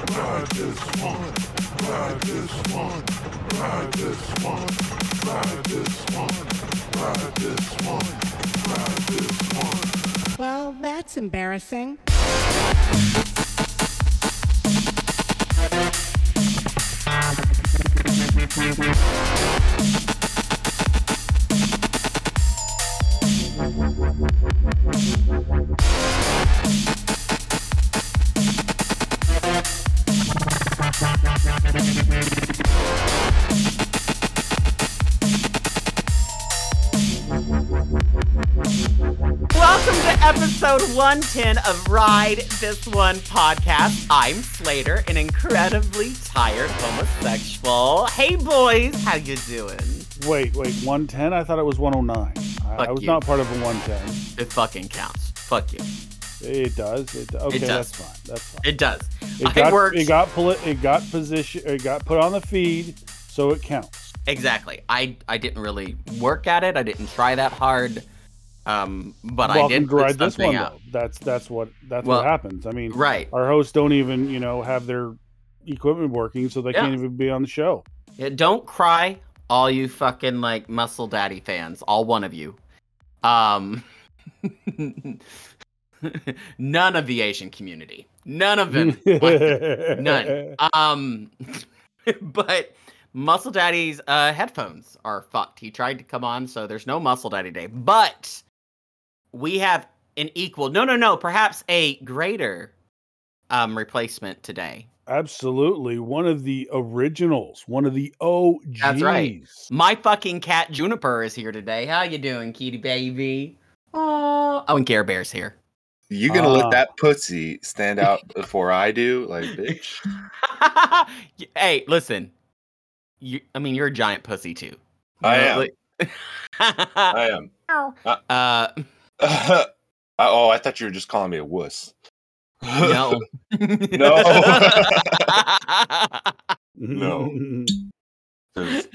this one, ride this one, ride this one, ride this one, ride this one, ride this one. Well, that's embarrassing. Welcome to episode 110 of Ride This One podcast. I'm Slater, an incredibly tired homosexual. Hey boys, how you doing? Wait, wait, 110? I thought it was 109. I, Fuck I was you. not part of a 110. It fucking counts. Fuck you. It does. It, okay, does. that's fine. That's fine. It does. It I got worked it got poli- it got position it got put on the feed, so it counts. exactly. I I didn't really work at it. I didn't try that hard. Um, but I Welcome did to put ride this something one out. though. That's that's what that's Well, what happens. I mean, Right. our hosts don't even you know have their equipment working, so they Yeah. can't even be on the show. Yeah, don't cry, all you fucking like muscle daddy fans, all one of you. Um none of the Asian community. None of them. like, None. Um, but Muscle Daddy's uh, headphones are fucked. He tried to come on, so there's no Muscle Daddy Day. But we have an equal, no, no, no, perhaps a greater um, replacement today. Absolutely, one of the originals, one of the OGs. right. My fucking cat Juniper is here today. How you doing, kitty baby? Aww. Oh, and Care Bear's here. You gonna Ah. let that pussy stand out before I do? Like, bitch. hey, listen. You, I mean, you're a giant pussy too. You I am. like- I am. Uh, I- oh, I thought you were just calling me a wuss. no. No. No. 'Cause-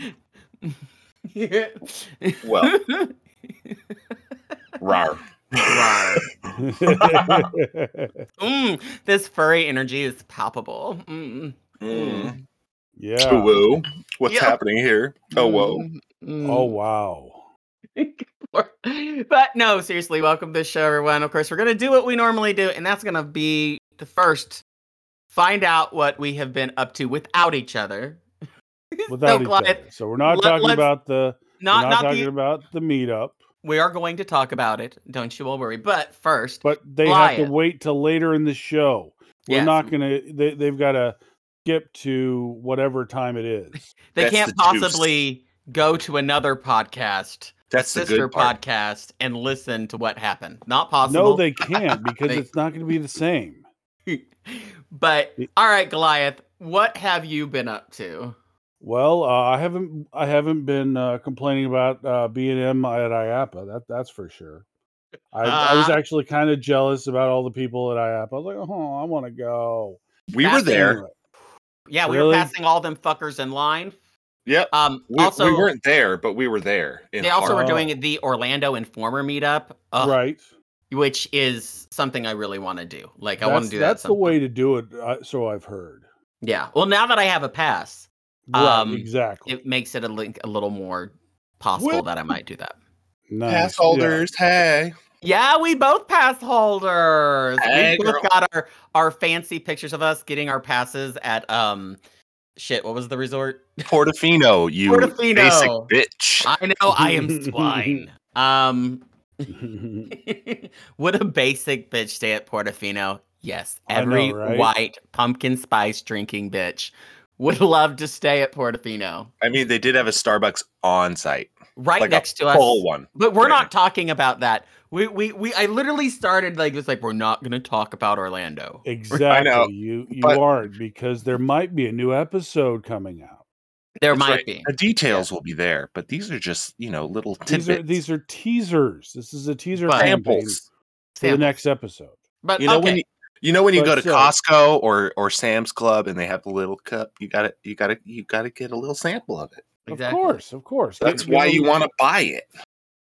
well, rar. Mm, this furry energy is palpable. Mm. Mm. yeah. Whoa. What's Yeah. happening here? Oh, whoa. Mm, mm. Oh wow. but no, seriously, welcome to the show, everyone. Of course, we're gonna do what we normally do, and that's gonna be the first find out what we have been up to without each other. Without each Goliath, other. So we're not let- talking let's- about the Not not, we're not, talking the, about the meetup, we are going to talk about it. Don't you all worry. But first, but they have Goliath. to wait till later in the show. We're Yes. not gonna. They, they've got to skip to whatever time it is. they That's can't the juice. possibly go to another podcast, That's the sister good part. podcast, and listen to what happened. Not possible. No, they can't because They- it's not going to be the same. but It- all right, Goliath, what have you been up to? Well, uh, I haven't. I haven't been uh, complaining about uh, B and M at IAPA. That that's for sure. I, I was Ah. actually kind of jealous about all the people at IAPA. I was like, oh, I want to go. We were there. Anyway, Yeah, we were Really? passing all them fuckers in line. Yep. Um, We, also, we weren't there, but we were there. In they also were heart. Harlem. doing the Orlando Informer meetup, uh, right. which is something I really want to do. Like, I want to That's- do that. That's at the some way point. to do it. Uh, so I've heard. Yeah. Well, now that I have a pass, Right, Um, exactly. it makes it a link a little more possible What? that I might do that. Nice. Pass yeah. holders, hey. Yeah, we both pass holders. Hey, we both girl. got our our fancy pictures of us getting our passes at um, shit. What was the resort? Portofino, you Portofino. basic bitch. I know I am swine. Um, Would a basic bitch stay at Portofino? Yes. I know, Every right? white pumpkin spice drinking bitch would love to stay at Portofino. I mean, they did have a Starbucks on site, Right Like a next to us. full one. But we're Yeah. not talking about that. We we we I literally started like it's like we're not gonna talk about Orlando. Exactly. I know, you you but- aren't because there might be a new episode coming out. There That's might right. be. The details will be there, but these are just you know little tidbits. These are these are teasers. This is a teaser But- campaign samples. for the Sam. next episode. But You know okay. when you, you know when you go to But, uh, Costco or or Sam's Club and they have the little cup. You got to you got to you got to get a little sample of it. Exactly. Of course, of course. Get- That's get why a you little- want to buy it.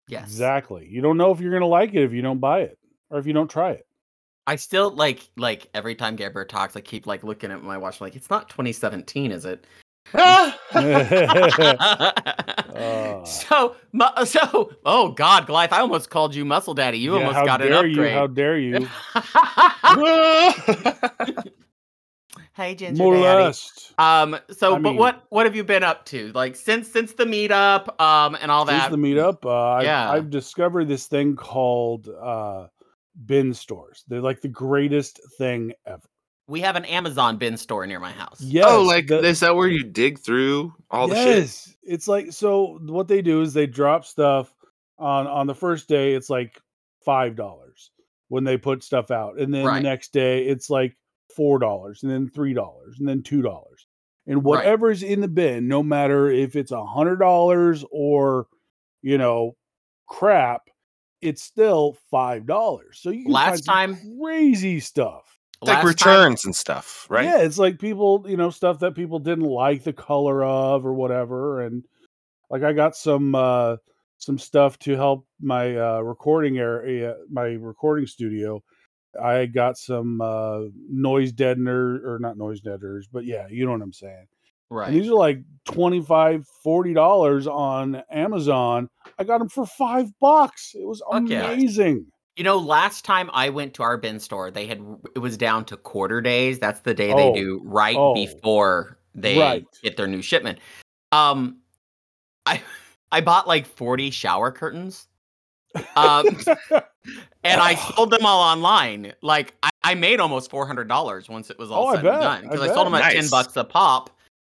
Yes. Exactly. You don't know if you're going to like it if you don't buy it or if you don't try it. I still like like every time Gabriel talks, I keep like looking at my watch, like it's not 2017, is it? Oh, so, mu- so, oh God, Glyph, I almost called you Muscle Daddy. You Yeah, almost how got an dare you? How upgrade. dare you? hey, Ginger More Daddy. lust. Um, so, I but mean- what what have you been up to? Like since since the meetup, um, and all Since that. the meetup, uh, I've, Yeah. I've discovered this thing called uh, bin stores. They're like the greatest thing ever. Oh, we have an Amazon bin store near my house. Yes, oh, like the- is that where you dig through all the shit? yes, it's like so. What they do is they drop stuff on on the first day. It's like five dollars when they put stuff out, and then Right. the next day it's like four dollars, and then three dollars, and then two dollars, and Right. whatever's in the bin, no matter if it's a hundred dollars or you know crap, it's still five dollars. So you can Last find some crazy stuff. It's like Last time- returns and stuff, right? Yeah, it's like people, you know, stuff that people didn't like the color of or whatever. And like I got some uh some stuff to help my uh recording area uh, my recording studio. I got some uh noise deadener or not noise deadeners, but yeah, you know what I'm saying. And right. these are like 25 40 dollars on Amazon. I got them for 5 bucks. It was Fuck yeah. amazing. You know, last time I went to our bin store, they had it was down to quarter days. That's the day Oh, they do right oh, before they right. get their new shipment. Um, I I bought like forty shower curtains, um, and I sold them all online. Like I, I made almost four hundred dollars once it was all Oh, I said and bet, done I because I, bet. sold them at ten Nice. bucks a pop.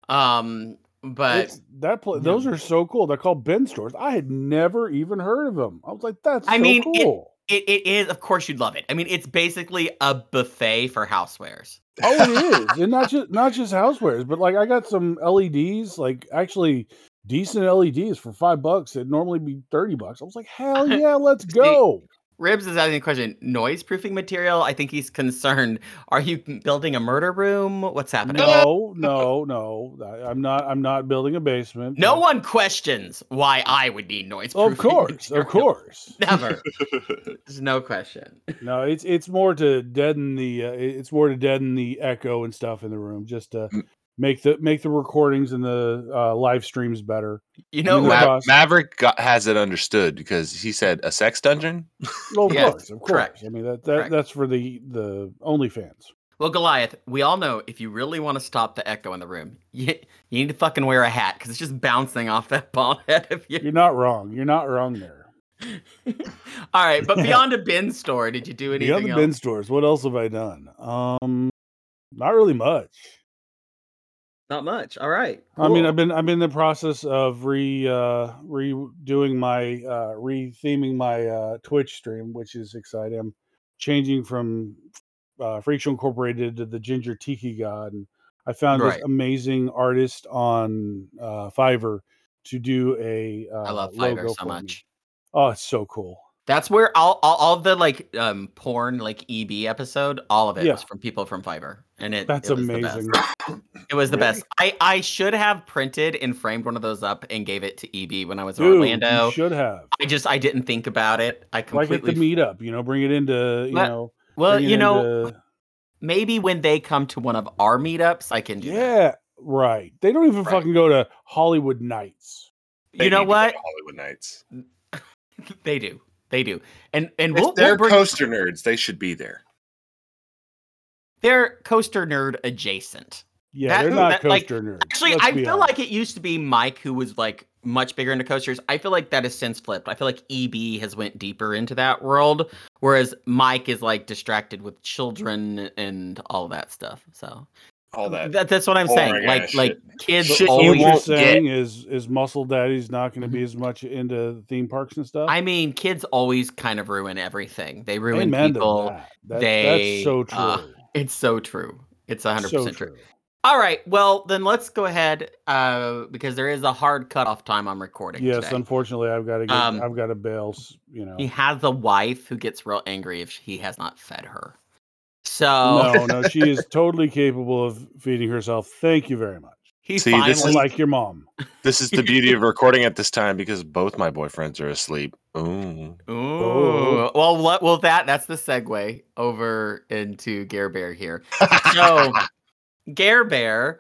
Um, but It's- that pla yeah. those are so cool. They're called bin stores. I had never even heard of them. I was like, that's I so mean, it- cool. it, it is, of course, you'd love it. I mean, it's basically a buffet for housewares. oh, it is, and not just not just housewares, but like I got some LEDs, like actually decent LEDs for five bucks. It'd normally be thirty bucks. I was like, hell yeah, let's go. Ribs is asking a question. Noise proofing material? I think he's concerned. Are you m- building a murder room? What's happening? No, No, no, no. I, I'm not. I'm not building a basement. but- one questions why I would need noise proofing. Of course, of material. course. Never. There's no question. No, it's it's more to deaden the uh, it- it's more to deaden the echo and stuff in the room, just to Mm. make the make the recordings and the uh, live streams better. You know mean, what? that- Ma- boss. Maverick got, has it understood because he said a sex dungeon. Well, of Yes, course, of course. correct, I mean that, that correct. that's for the the OnlyFans. Well, Goliath, we all know if you really want to stop the echo in the room, you, you need to fucking wear a hat because it's just bouncing off that bald head of you. You're not wrong. You're not wrong there. all right, but beyond a bin store, did you do The anything other else? bin stores. What else have I done? Um, not really much. Not much. All right. I mean, cool. I've been I'm in the process of re uh, redoing my uh, retheming my uh, Twitch stream, which is exciting. I'm changing from uh, Freak Show Incorporated to the Ginger Tiki God, and I found Right. this amazing artist on uh, Fiverr to do a uh, I love logo Fiverr so for me. much. Oh, it's so cool. That's where all, all all the like um porn like EB episode, all of it Yeah. was from people from Fiverr, and it That's it was the best. amazing. It was the Really? best. I I should have printed and framed one of those up and gave it to EB when I was in Dude, Orlando. you should have. I just I didn't think about it. I Like at completely the meetup, you know, bring it into, you Let- know. well, bring it you know, into- maybe when they come to one of our meetups, I can do that. yeah, right. They don't even Right. fucking go to Hollywood Nights. You know what? Hollywood Nights. They do. They do. And and If we'll, they're we'll bring coaster nerds. They should be there. they're coaster nerd adjacent. Yeah, That- they're not that, like, coaster nerds. Actually, let's I be feel honest. like it used to be Mike who was like much bigger into coasters. I feel like that has since flipped. I feel like EB has went deeper into that world, whereas Mike is like distracted with children and all that stuff. So All that. that's what I'm boring saying. Like ass like shit. kids Shit you what always. you're won't saying is is muscle daddy's not going to Mm-hmm. be as much into theme parks and stuff. I mean, kids always kind of ruin everything. They ruin Amen to people. that. That- they, that's so true. uh, It's so true. It's 100% so true. true. All right. Well, then let's go ahead uh, because there is a hard cutoff time I'm recording. Yes, today. unfortunately, I've got to get, Um, I've got to bail. s- You know, He has a wife who gets real angry if he has not fed her. So no, no, she is totally capable of feeding herself. Thank you very much. he See, finally this is- Like your mom. This is the beauty of recording at this time because both my boyfriends are asleep. Ooh. Ooh. Oh. Well, well, what? Well, that that's the segue over into Gare Bear here. So, Gare Bear,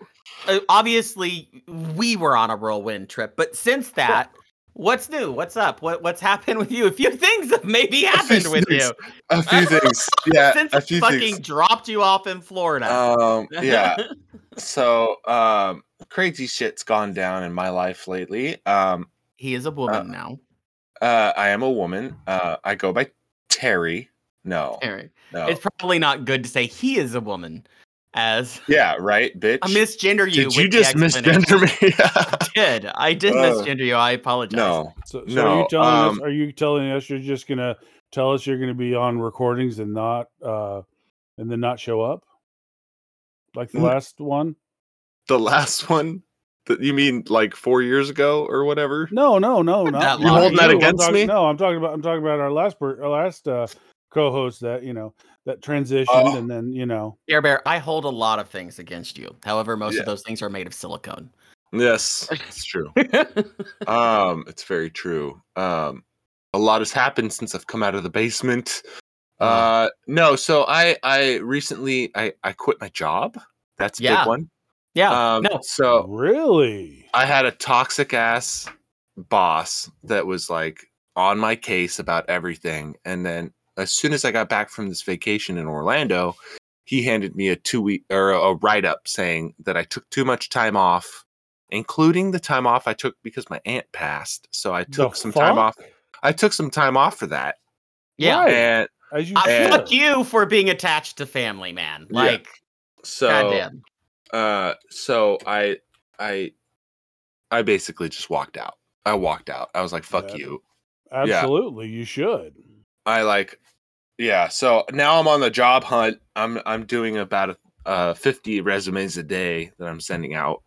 uh, obviously, we were on a whirlwind trip, but since that, what's new? What's up? What what's happened with you? A few things have maybe happened with things. you a few things. Yeah, since a I few fucking things. dropped you off in Florida. Um, yeah. So, um, crazy shit's gone down in my life lately. Um, he is a woman now. uh, I am a woman. Uh, I go by Terry. No, Terry. no. It's probably not good to say he is a woman, as yeah, right, bitch. I misgender you. Did you with the just explanation. misgender me? I did. I did Uh, misgender you. I apologize. no. So, so are you No, telling us? um, Are you telling us you're just gonna tell us you're gonna be on recordings and not uh and then not show up like the N- last one? The last one that you mean like four years ago or whatever? No, no, no, not that You long. holding that you. I'm against talking- me? No, I'm talking about I'm talking about our last per, our last uh co-host that you know that transitioned Oh. and then you know Air Bear, I hold a lot of things against you. However, most Yeah. of those things are made of silicone. Yes, it's true. um, it's very true. Um, a lot has happened since I've come out of the basement. Mm. Uh, no, so I I recently I I quit my job. That's a Yeah. big one. yeah. Um, no. so really I had a toxic ass boss that was like on my case about everything. And then as soon as I got back from this vacation in Orlando, he handed me a two week or a write up saying that I took too much time off, including the time off I took because my aunt passed. So I The took some time off. fuck? I took some time off for that. yeah. Right. And as you I and- fuck should. you for being attached to family, man. Yeah. Like, so goddamn. uh so i i i basically just walked out i walked out i was like fuck Yeah. you absolutely you should i like yeah so now i'm on the job hunt i'm i'm doing about uh 50 resumes a day that i'm sending out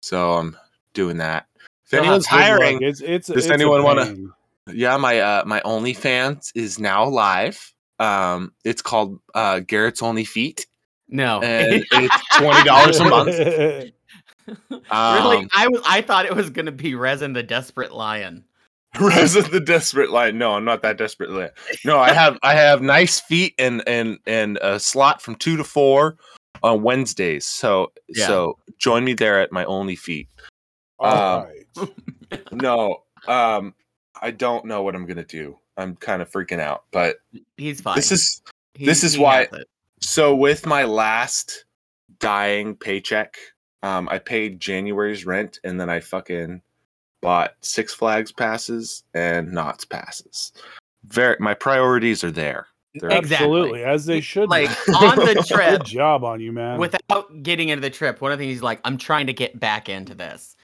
so i'm doing that if You'll have anyone's good luck. hiring it's it's Does it's a anyone wanna- pain. yeah my uh my OnlyFans is now live um it's called uh garrett's only feet No. and it's 20 dollars a month really? um, I was. I thought it was gonna be Resin the Desperate Lion. Rise of the desperate line. No, I'm not that desperate. Lion. No, I have I have nice feet and and and a slot from two to four on Wednesdays. So Yeah. so join me there at my only feet. All Um, right. No, um, I don't know what I'm gonna do. I'm kind of freaking out. But He's fine. this is He- this is he why- has it. so with my last dying paycheck, um, I paid January's rent and then I fucking bought Six Flags passes and Knott's passes. Very my priorities are there. They're Exactly. Absolutely, as they He- should. Like be. on the trip, good job on you, man. without getting into the trip, one of the things he's like, I'm trying to get back into this.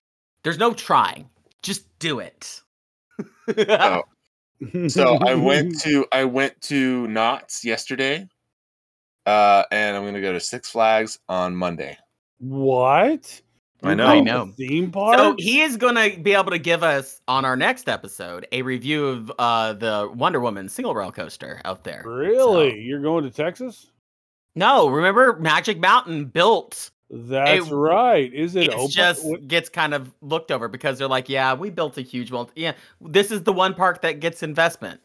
There's no trying. Just do it. Oh, so I went to I went to Knott's yesterday, uh, and I'm gonna go to Six Flags on Monday. what? I You know. went I to know. Theme park. so he is gonna be able to give us on our next episode a review of uh, the Wonder Woman single rail coaster out there. So- really? You're going to Texas? no, remember Magic Mountain built. That's right. Is it open? It just What- gets kind of looked over because they're like, yeah, we built a huge multi. Yeah, this is the one park that gets investment,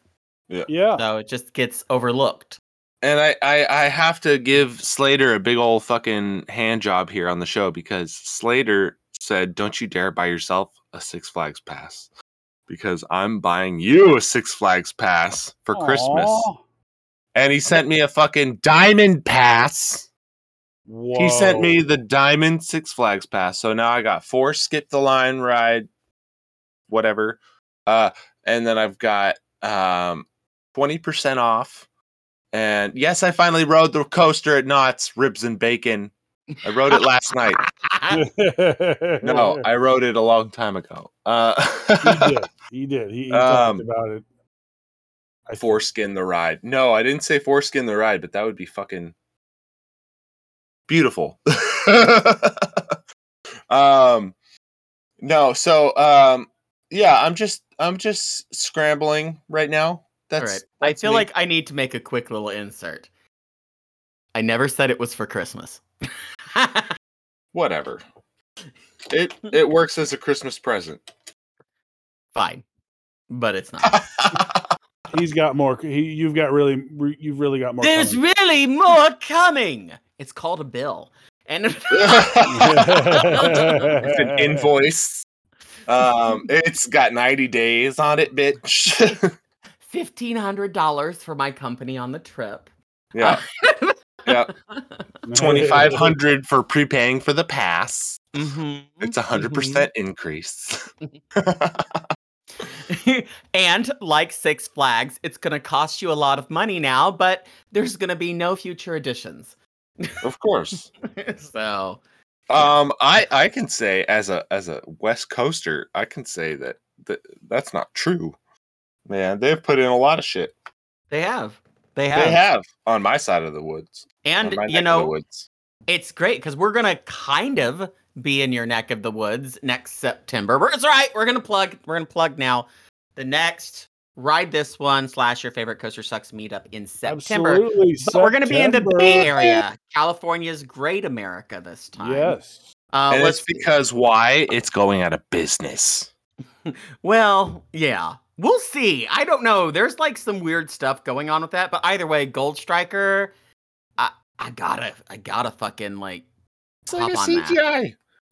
yeah. so it just gets overlooked. And I, I I have to give Slater a big old fucking hand job here on the show because Slater said, "Don't you dare buy yourself a Six Flags pass." Because I'm buying you a Six Flags pass for Christmas. Aw. And he sent me a fucking diamond pass. He sent me Whoa. the Diamond Six Flags pass. So now I got four skip the line ride, whatever. Uh, and then I've got um 20% off. And yes, I finally rode the coaster at Knott's Ribs and Bacon. I rode it last night. No, I rode it a long time ago. he Uh did. He did. He, he talked Um, about it. I think. foreskin the ride. No, I didn't say foreskin the ride, but that would be fucking beautiful. um no, so um yeah, I'm just I'm just scrambling right now. All That's right. I that's feel me. like I need to make a quick little insert. I never said it was for Christmas. whatever. It it works as a Christmas present. Fine. But it's not. He's got more. He, you've got really. You've really got more. There's coming. really more coming. It's called a bill. And It's an invoice. Um, it's got 90 days on it, bitch. fifteen hundred dollars for my company on the trip. yeah. Yeah. 2500 for prepaying for the pass. Mm-hmm. It's a 100% percent increase. and like Six Flags, it's going to cost you a lot of money now, but there's going to be no future additions. of course. so, Um, I I can say as a as a West Coaster, I can say that, that that's not true. Man, they've put in a lot of shit. they have. They have. They have on my side of the woods. on And, my neck you of the know, woods. it's great because we're gonna kind of be in your neck of the woods next September. We're, it's all right. We're gonna plug. We're gonna plug now. The next ride this one slash your favorite coaster sucks meetup in September. Absolutely. But we're gonna be in the September. Bay Area, California's Great America this time. Yes. Uh, and let's it's because why? It's going out of business. Well, yeah. We'll see. I don't know. There's like some weird stuff going on with that, but either way, Gold Striker, I I gotta I gotta fucking like It's like Hop a on that.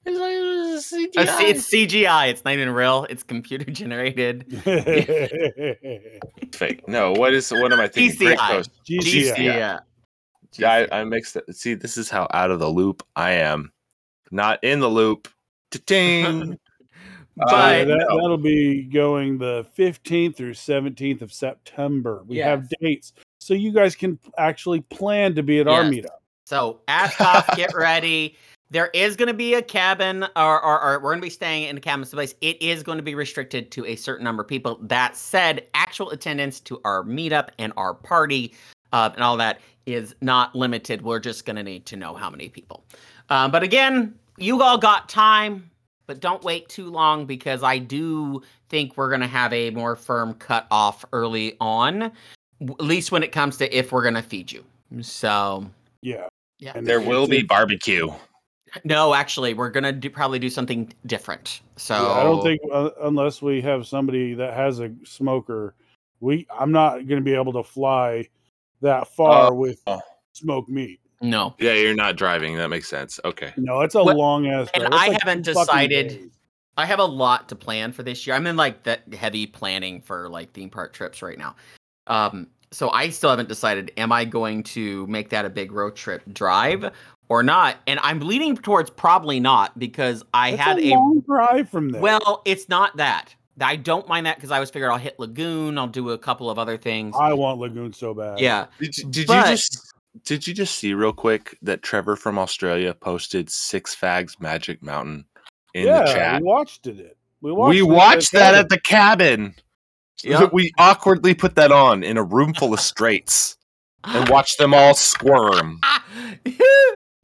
It's like Uh, see, it's CGI. It's not even real. It's computer generated. fake. No, what is what am I thinking? Great DCI. Coast. GCI. Yeah. Yeah, I, I mixed it. See, this is how out of the loop I am. Not in the loop. Ta-ting. Uh, But I that, know. that'll be going the 15th through 17th of September. We have dates. So you guys can actually plan to be at our Yes. meetup. so Ashcoff, get ready. There is going to be a cabin, or, or, or we're going to be staying in a cabin someplace. It is going to be restricted to a certain number of people. That said, actual attendance to our meetup and our party uh, and all that is not limited. We're just going to need to know how many people. Um, but again, you all got time, but don't wait too long because I do think we're going to have a more firm cut off early on, w- at least when it comes to if we're going to feed you. So. Yeah. Yeah. And There if will it's be in- barbecue. No, actually, we're gonna do, probably do something different. So Yeah, I don't think uh, unless we have somebody that has a smoker, we I'm not going to be able to fly that far with oh. smoked meat. no. Yeah, you're not driving. That makes sense. Okay. No, it's a Well, long ass. and drive. It's I like haven't two fucking decided- days. I have a lot to plan for this year. I'm in like that heavy planning for like theme park trips right now. Um, so I still haven't decided. Am I going to make that a big road trip drive or not? And I'm leaning towards probably not because I That's had a a long drive from there. well. It's not that. I don't mind that because I was figured I'll hit Lagoon. I'll do a couple of other things. I want Lagoon so bad. yeah. Did, you- did But- you just did you just see real quick that Trevor from Australia posted Six Fags Magic Mountain in yeah, the chat? we watched it. We watched, We it at watched the that cabin. at the cabin. Yep. We awkwardly put that on in a room full of straights and watched them all squirm. it,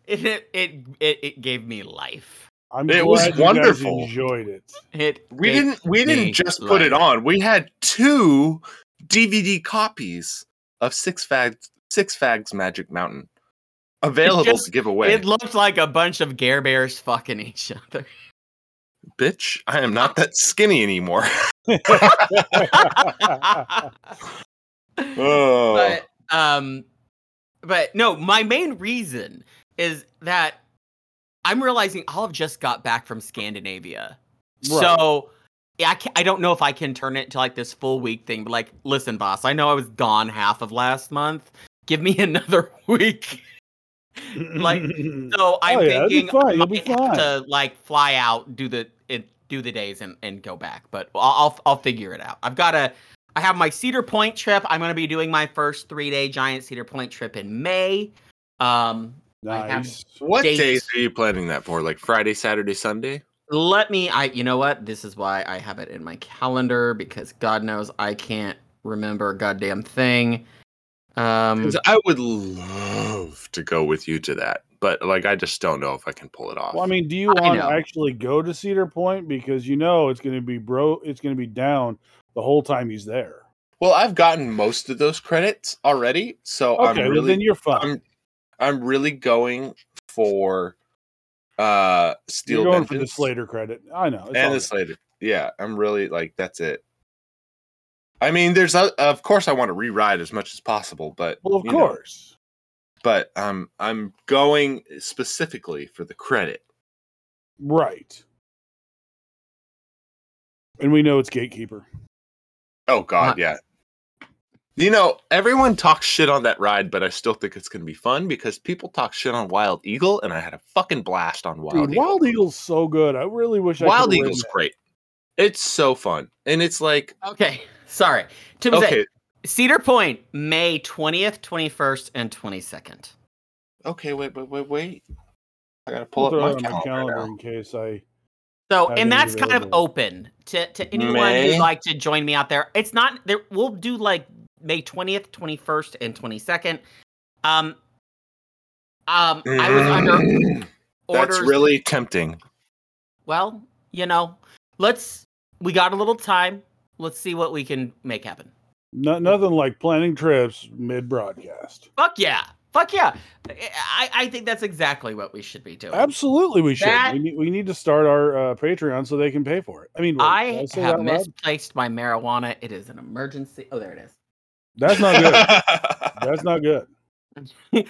it it it gave me life. I'm It was glad you guys wonderful. enjoyed it. It We gave didn't we me didn't just put it life. on. We had two DVD copies of Six Fags Six Fags Magic Mountain available just- to give away. It looked like a bunch of Gare Bears fucking each other. Bitch, I am not that skinny anymore. oh. but um, but no, my main reason is that I'm realizing I'll have just got back from Scandinavia, Right. so. yeah, I, can I don't know if I can turn it to like this full week thing, but like, listen, boss, I know I was gone half of last month. Give me another week. Like, So I'm Oh, yeah, it'll be thinking fine, I it'll be might have fine. to like fly out, do the it, do the days, and and go back. But I'll, I'll I'll figure it out. I've got to. I have my Cedar Point trip. I'm going to be doing my first three day giant Cedar Point trip in May. Um, I have- nice. what dates. days are you planning that for? Like Friday, Saturday, Sunday? let me. I you know what? This is why I have it in my calendar because God knows I can't remember a goddamn thing. Um, 'Cause I would love to go with you to that, but like I just don't know if I can pull it off. Well, I mean, do you I want to know. actually go to Cedar Point because you know it's going to be bro, it's going to be down the whole time he's there. Well, I've gotten most of those credits already, so Okay, I'm well, really then you're fine. I'm I'm really going for uh Steel You're going for the Vengeance Slater credit. I know. it's all and the good. Slater. Yeah, I'm really like that's it. I mean, there's a, of course I want to re-ride as much as possible, but Well, of you know, course. but um, I'm going specifically for the credit. Right. And we know it's gatekeeper. Oh God, Not- yeah. You know, everyone talks shit on that ride, but I still think it's going to be fun because people talk shit on Wild Eagle, and I had a fucking blast on Wild Dude, Eagle. Wild Eagle's so good. I really wish I Wild could have Eagle's ridden great. It's so fun, and it's like Okay, sorry. To okay. okay, Cedar Point, May 20th, 21st, and 22nd. okay, wait, wait, wait, wait. I gotta that. I'll pull throw it up on my calendar. now. in case I. So, How and many that's kind of available? open to, to anyone May? who'd like to join me out there. It's not there. We'll do like May 20th, 21st, and 22nd. Um, um, I was under orders. Mm. That's really tempting. well, you know, let's, we got a little time. Let's see what we can make happen. No, nothing like planning trips mid broadcast. Fuck yeah. Fuck yeah. I, I think that's exactly what we should be doing. Absolutely, we should. That- We, need, we need to start our uh, Patreon so they can pay for it. I mean, wait, did I say that have loud? misplaced my marijuana. It is an emergency. Oh, there it is. That's not good. That's not good. I,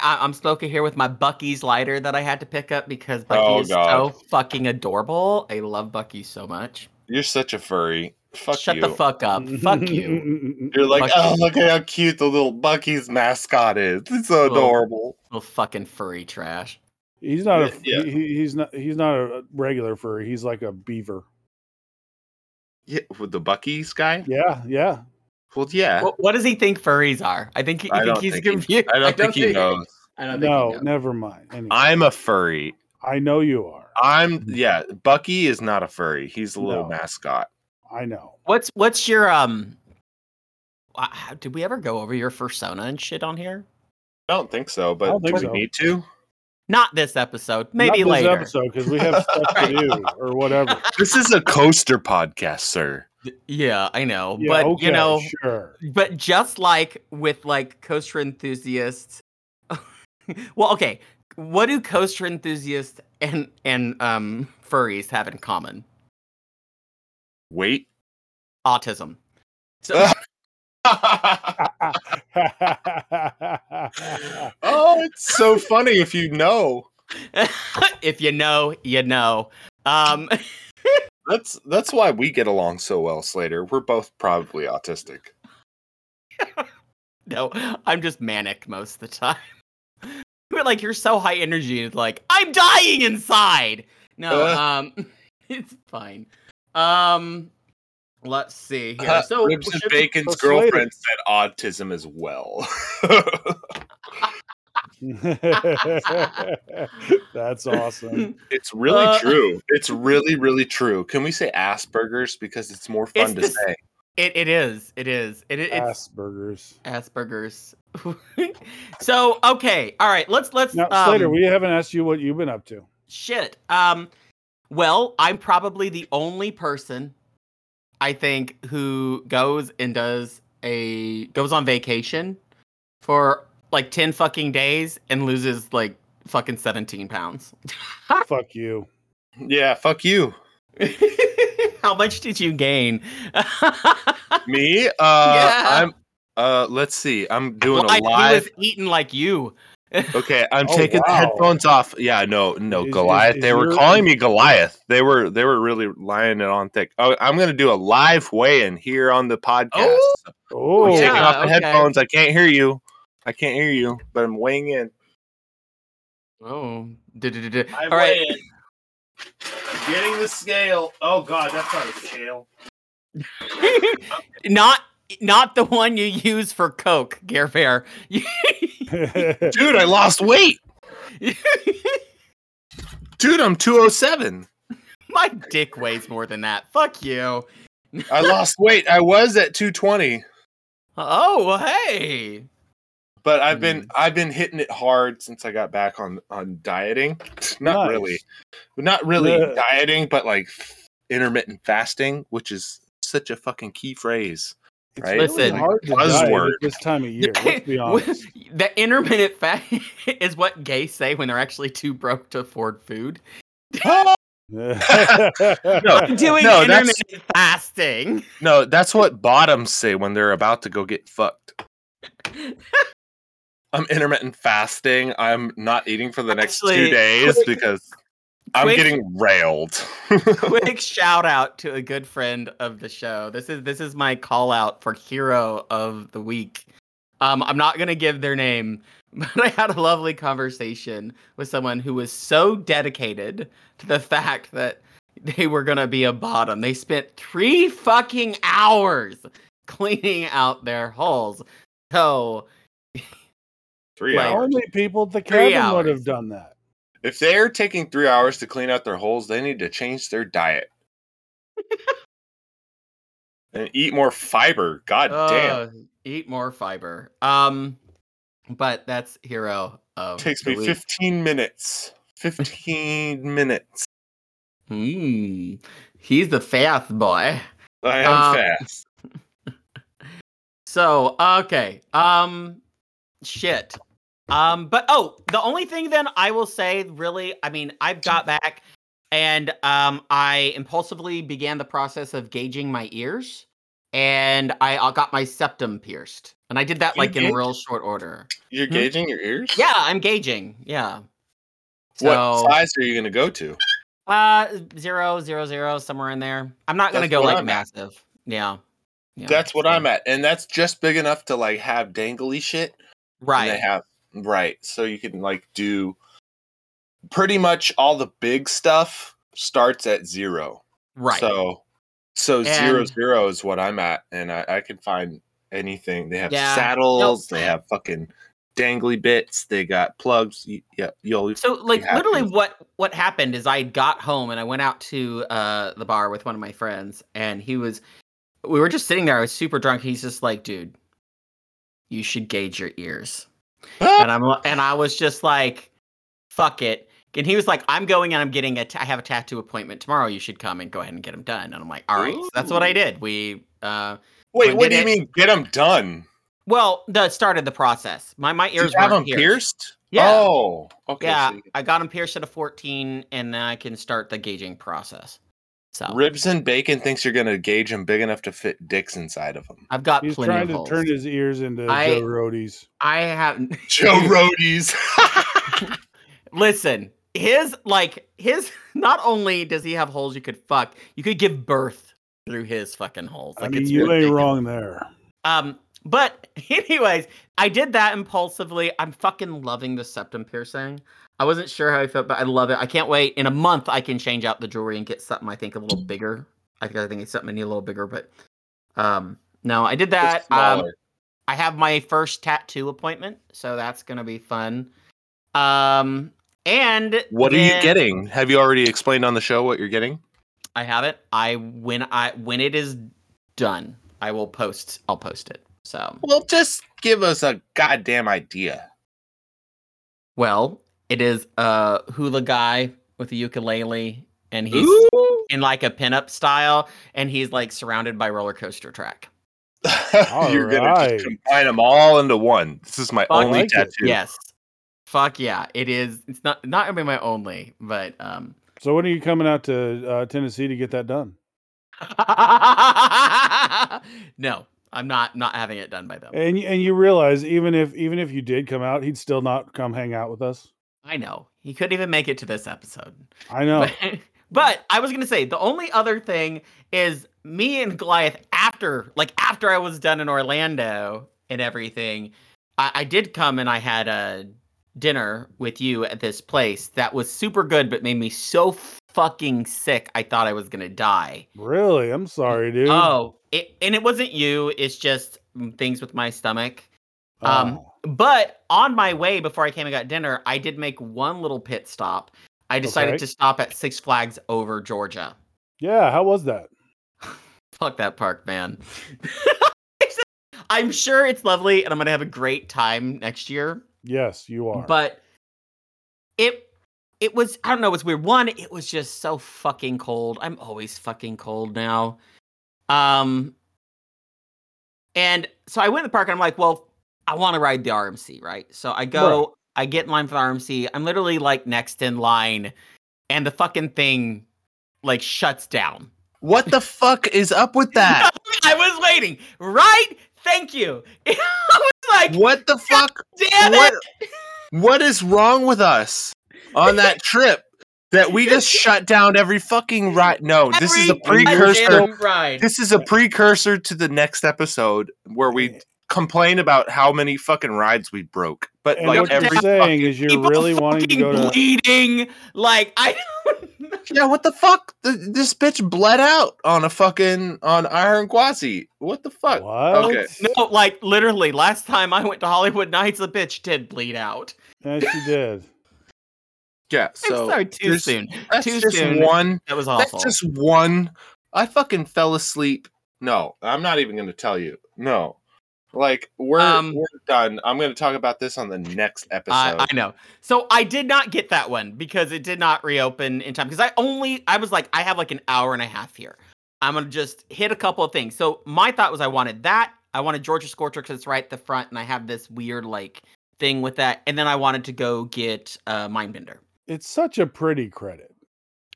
I I'm smoking here with my Bucky's lighter that I had to pick up because Bucky Oh, is God. so fucking adorable. I love Bucky so much. You're such a furry. Fuck Shut you. the fuck up. Uh, fuck you. You're like, Bucky. oh, look at how cute the little Bucky's mascot is. It's so Well, adorable. Little fucking furry trash. He's not a. Yeah. He, he's not. He's not a regular furry. He's like a beaver. Yeah, with the Bucky's guy. Yeah, yeah. Well, yeah. What, what does he think furries are? I think, he, I I think don't he's think he- confused. I don't think he knows. I don't think No, he knows. never mind. Anyway, I'm a furry. I know you are. I'm yeah. Bucky is not a furry. He's a little No. mascot. I know. What's what's your um? wha- how- Did we ever go over your fursona and shit on here? I don't think so, I but don't do think we so. need to? Not this episode. Maybe Not this later. episode because we have stuff to do or whatever. This is a coaster podcast, sir. Yeah, I know. Yeah, but okay, you know, sure. but just like with like coaster enthusiasts well okay what do coaster enthusiasts and and um furries have in common Wait. autism so oh, it's so funny if you know. if you know you know um That's that's why we get along so well, Slater. We're both probably autistic. no i'm just manic most of the time but like you're so high energy it's like i'm dying inside no Uh. um it's fine um let's see here so Uh, Ribs and should we- Bacon's so Slater- girlfriend said autism as well. That's awesome. it's really Uh, true. It's really, really true. Can we say Asperger's because it's more fun It's to the- say? It it is. It is. It, it it's Asperger's. Asperger's. so okay, all right. Let's let's Now, Slater, um, we haven't asked you what you've been up to. shit. Um, well, I'm probably the only person I think who goes and does a goes on vacation for like ten fucking days and loses like fucking seventeen pounds. Fuck you. Yeah, fuck you. How much did you gain? Me? Uh Yeah. I'm uh let's see. I'm doing Well, I- a live He was eating like you. Okay, I'm Oh, taking the wow. headphones off. Yeah, no, no, Is- is- Goliath. is they were your- calling me Goliath. They were they were really lying it on thick. Oh, I'm gonna do a live weigh-in here on the podcast. Oh, Oh, I'm taking yeah. off the okay. headphones. I can't hear you. I can't hear you, but I'm weighing in. Oh, du-du-du-du. all I'm right. Getting the scale. Oh god, that's not a scale. not not the one you use for Coke, Gare Fair. Dude, I lost weight. Dude, I'm 207. My dick weighs more than that. Fuck you. I lost weight. I was at 220. Oh, well, hey. but I've been I've been hitting it hard since I got back on on dieting. Not Nice. really, not really Yeah. dieting, but like intermittent fasting, which is such a fucking key phrase. It's right? Listen, hard to diet buzzword. at this time of year. Let's be honest. the intermittent fast is what gays say when they're actually too broke to afford food. No, Doing no, intermittent that's- fasting. No, that's what bottoms say when they're about to go get fucked. I'm intermittent fasting. I'm not eating for the next Actually, two days quick- because I'm quick- getting railed. Quick shout out to a good friend of the show. This is this is my call out for hero of the week. Um, I'm not gonna give their name, but I had a lovely conversation with someone who was so dedicated to the fact that they were gonna be a bottom. They spent three fucking hours cleaning out their holes. So three Like- hours. Only people at the Three cabin would hours. have done that. If they're taking three hours to clean out their holes, they need to change their diet and eat more fiber. God damn. uh, eat more fiber. Um, but that's hero of takes the me week. 15 minutes. 15 minutes. Hmm. He's the fast boy. I am Um, fast. So, okay. Um shit. Um but oh, the only thing then I will say really, I mean, I've got back and um I impulsively began the process of gauging my ears and I uh, got my septum pierced. And I did that You like in did? real short order. You're hmm? gauging your ears? Yeah, I'm gauging. Yeah. So, What size are you going to go to? Uh, zero, zero, zero, somewhere in there. I'm not gonna That's go what like I'm at. massive. Yeah. Yeah, That's what so- I'm at, and that's just big enough to like have dangly shit. and Right. they have right, so you can like do pretty much all the big stuff starts at zero. Right. So, so zero And- zero is what I'm at, and I, I can find anything. They have Yeah. saddles. They have fucking dangly bits. They got plugs. y- Yeah, you'll so like have literally those. what what happened is I got home and I went out to uh the bar with one of my friends and he was we were just sitting there, I was super drunk. He's just like, dude, you should gauge your ears. and I'm li- and I was just like, fuck it. And he was like, I'm going and I'm getting a, t- I have a tattoo appointment tomorrow. You should come and go ahead and get them done. And I'm like, all right. So that's what I Ooh. did. We, uh, wait. did What do you it- mean? Get them done? well, that started the process. My, my Do you ears have them weren't pierced? Yeah. Oh, okay. so Yeah, you- I got them pierced at a 14, and then I can start the gauging process. So Ribs and Bacon thinks you're going to gauge them big enough to fit dicks inside of them. I've got He's plenty trying of to holes. turn his ears into I- Joe Roadies. I haven't. Joe Roadies. Listen, his like his. Not only does he have holes you could fuck, you could give birth through his fucking holes. I Like mean, it's you ain't ridiculous. wrong there. Um, but anyways, I did that impulsively. I'm fucking loving the septum piercing. I wasn't sure how I felt, but I love it. I can't wait. In a month, I can change out the jewelry and get something I think a little bigger. I think I think it's something I need a little bigger, but um, no, I did that. Um, Smaller. I have my first tattoo appointment, so that's gonna be fun. Um, and what are you then- getting? Have you already explained on the show what you're getting? I have it. I when I when it is done, I will post. I'll post it. So Well, just give us a goddamn idea. Well, it is a hula guy with a ukulele, and he's in like a pinup style, and he's like surrounded by roller coaster track. you're gonna Alright. just combine them all into one. This is my I only like it. tattoo. Yes, fuck yeah, it is. It's not not gonna be my only, but um. So when are you coming out to uh, Tennessee to get that done? no, I'm not not having it done by them. And y- and you realize even if even if you did come out, he'd still not come hang out with us. I know he couldn't even make it to this episode. I know. But, but I was gonna say the only other thing is me and Goliath after like after I was done in Orlando and everything, I, I did come and I had a dinner with you at this place that was super good but made me so fucking sick I thought I was gonna die. Really, I'm sorry, dude. Oh, it, and it wasn't you. It's just mm, things with my stomach. um, Oh. But on my way before I came and got dinner, I did make one little pit stop. I decided Okay. to stop at Six Flags over Georgia. yeah. How was that? Fuck that park, man. I'm sure it's lovely and I'm going to have a great time next year, Yes, you are. but it it was I don't know, it's weird. One, it was just so fucking cold. I'm always fucking cold now. Um and so I went to the park and I'm like, well, I want to ride the RMC, right? So I go, I get in line for the RMC. I'm literally like next in line and the fucking thing like shuts down. What the fuck is up with that? I was waiting, right? Thank you. I was like, What the fuck? damn What? it! What is wrong with us on that trip that we just shut down every fucking ride? No, this is a Every goddamn precursor. Ride. This is a precursor to the next episode where we complain about how many fucking rides we broke. But And like what you're every saying is you're People really wanting to fucking go to. bleeding. Like I don't. know. Yeah, what the fuck? Th- this bitch bled out on a fucking on Iron Quasi. What the fuck? What? Okay. No, like literally, last time I went to Hollywood Nights, a bitch did bleed out. Yes, you did. Yeah, So, so I'm sorry, too there's- soon. that's Too just soon. one. That was That's awful. just one. I fucking fell asleep. No, I'm not even gonna tell you. No, like we're Um, we're done. I'm gonna talk about this on the next episode. I, I know. So I did not get that one because it did not reopen in time. Because I only, I was like, I have like an hour and a half here. I'm gonna just hit a couple of things. So my thought was, I wanted that. I wanted Georgia Scorcher because it's right at the front, and I have this weird like thing with that. And then I wanted to go get uh, Mindbender. It's such a pretty credit.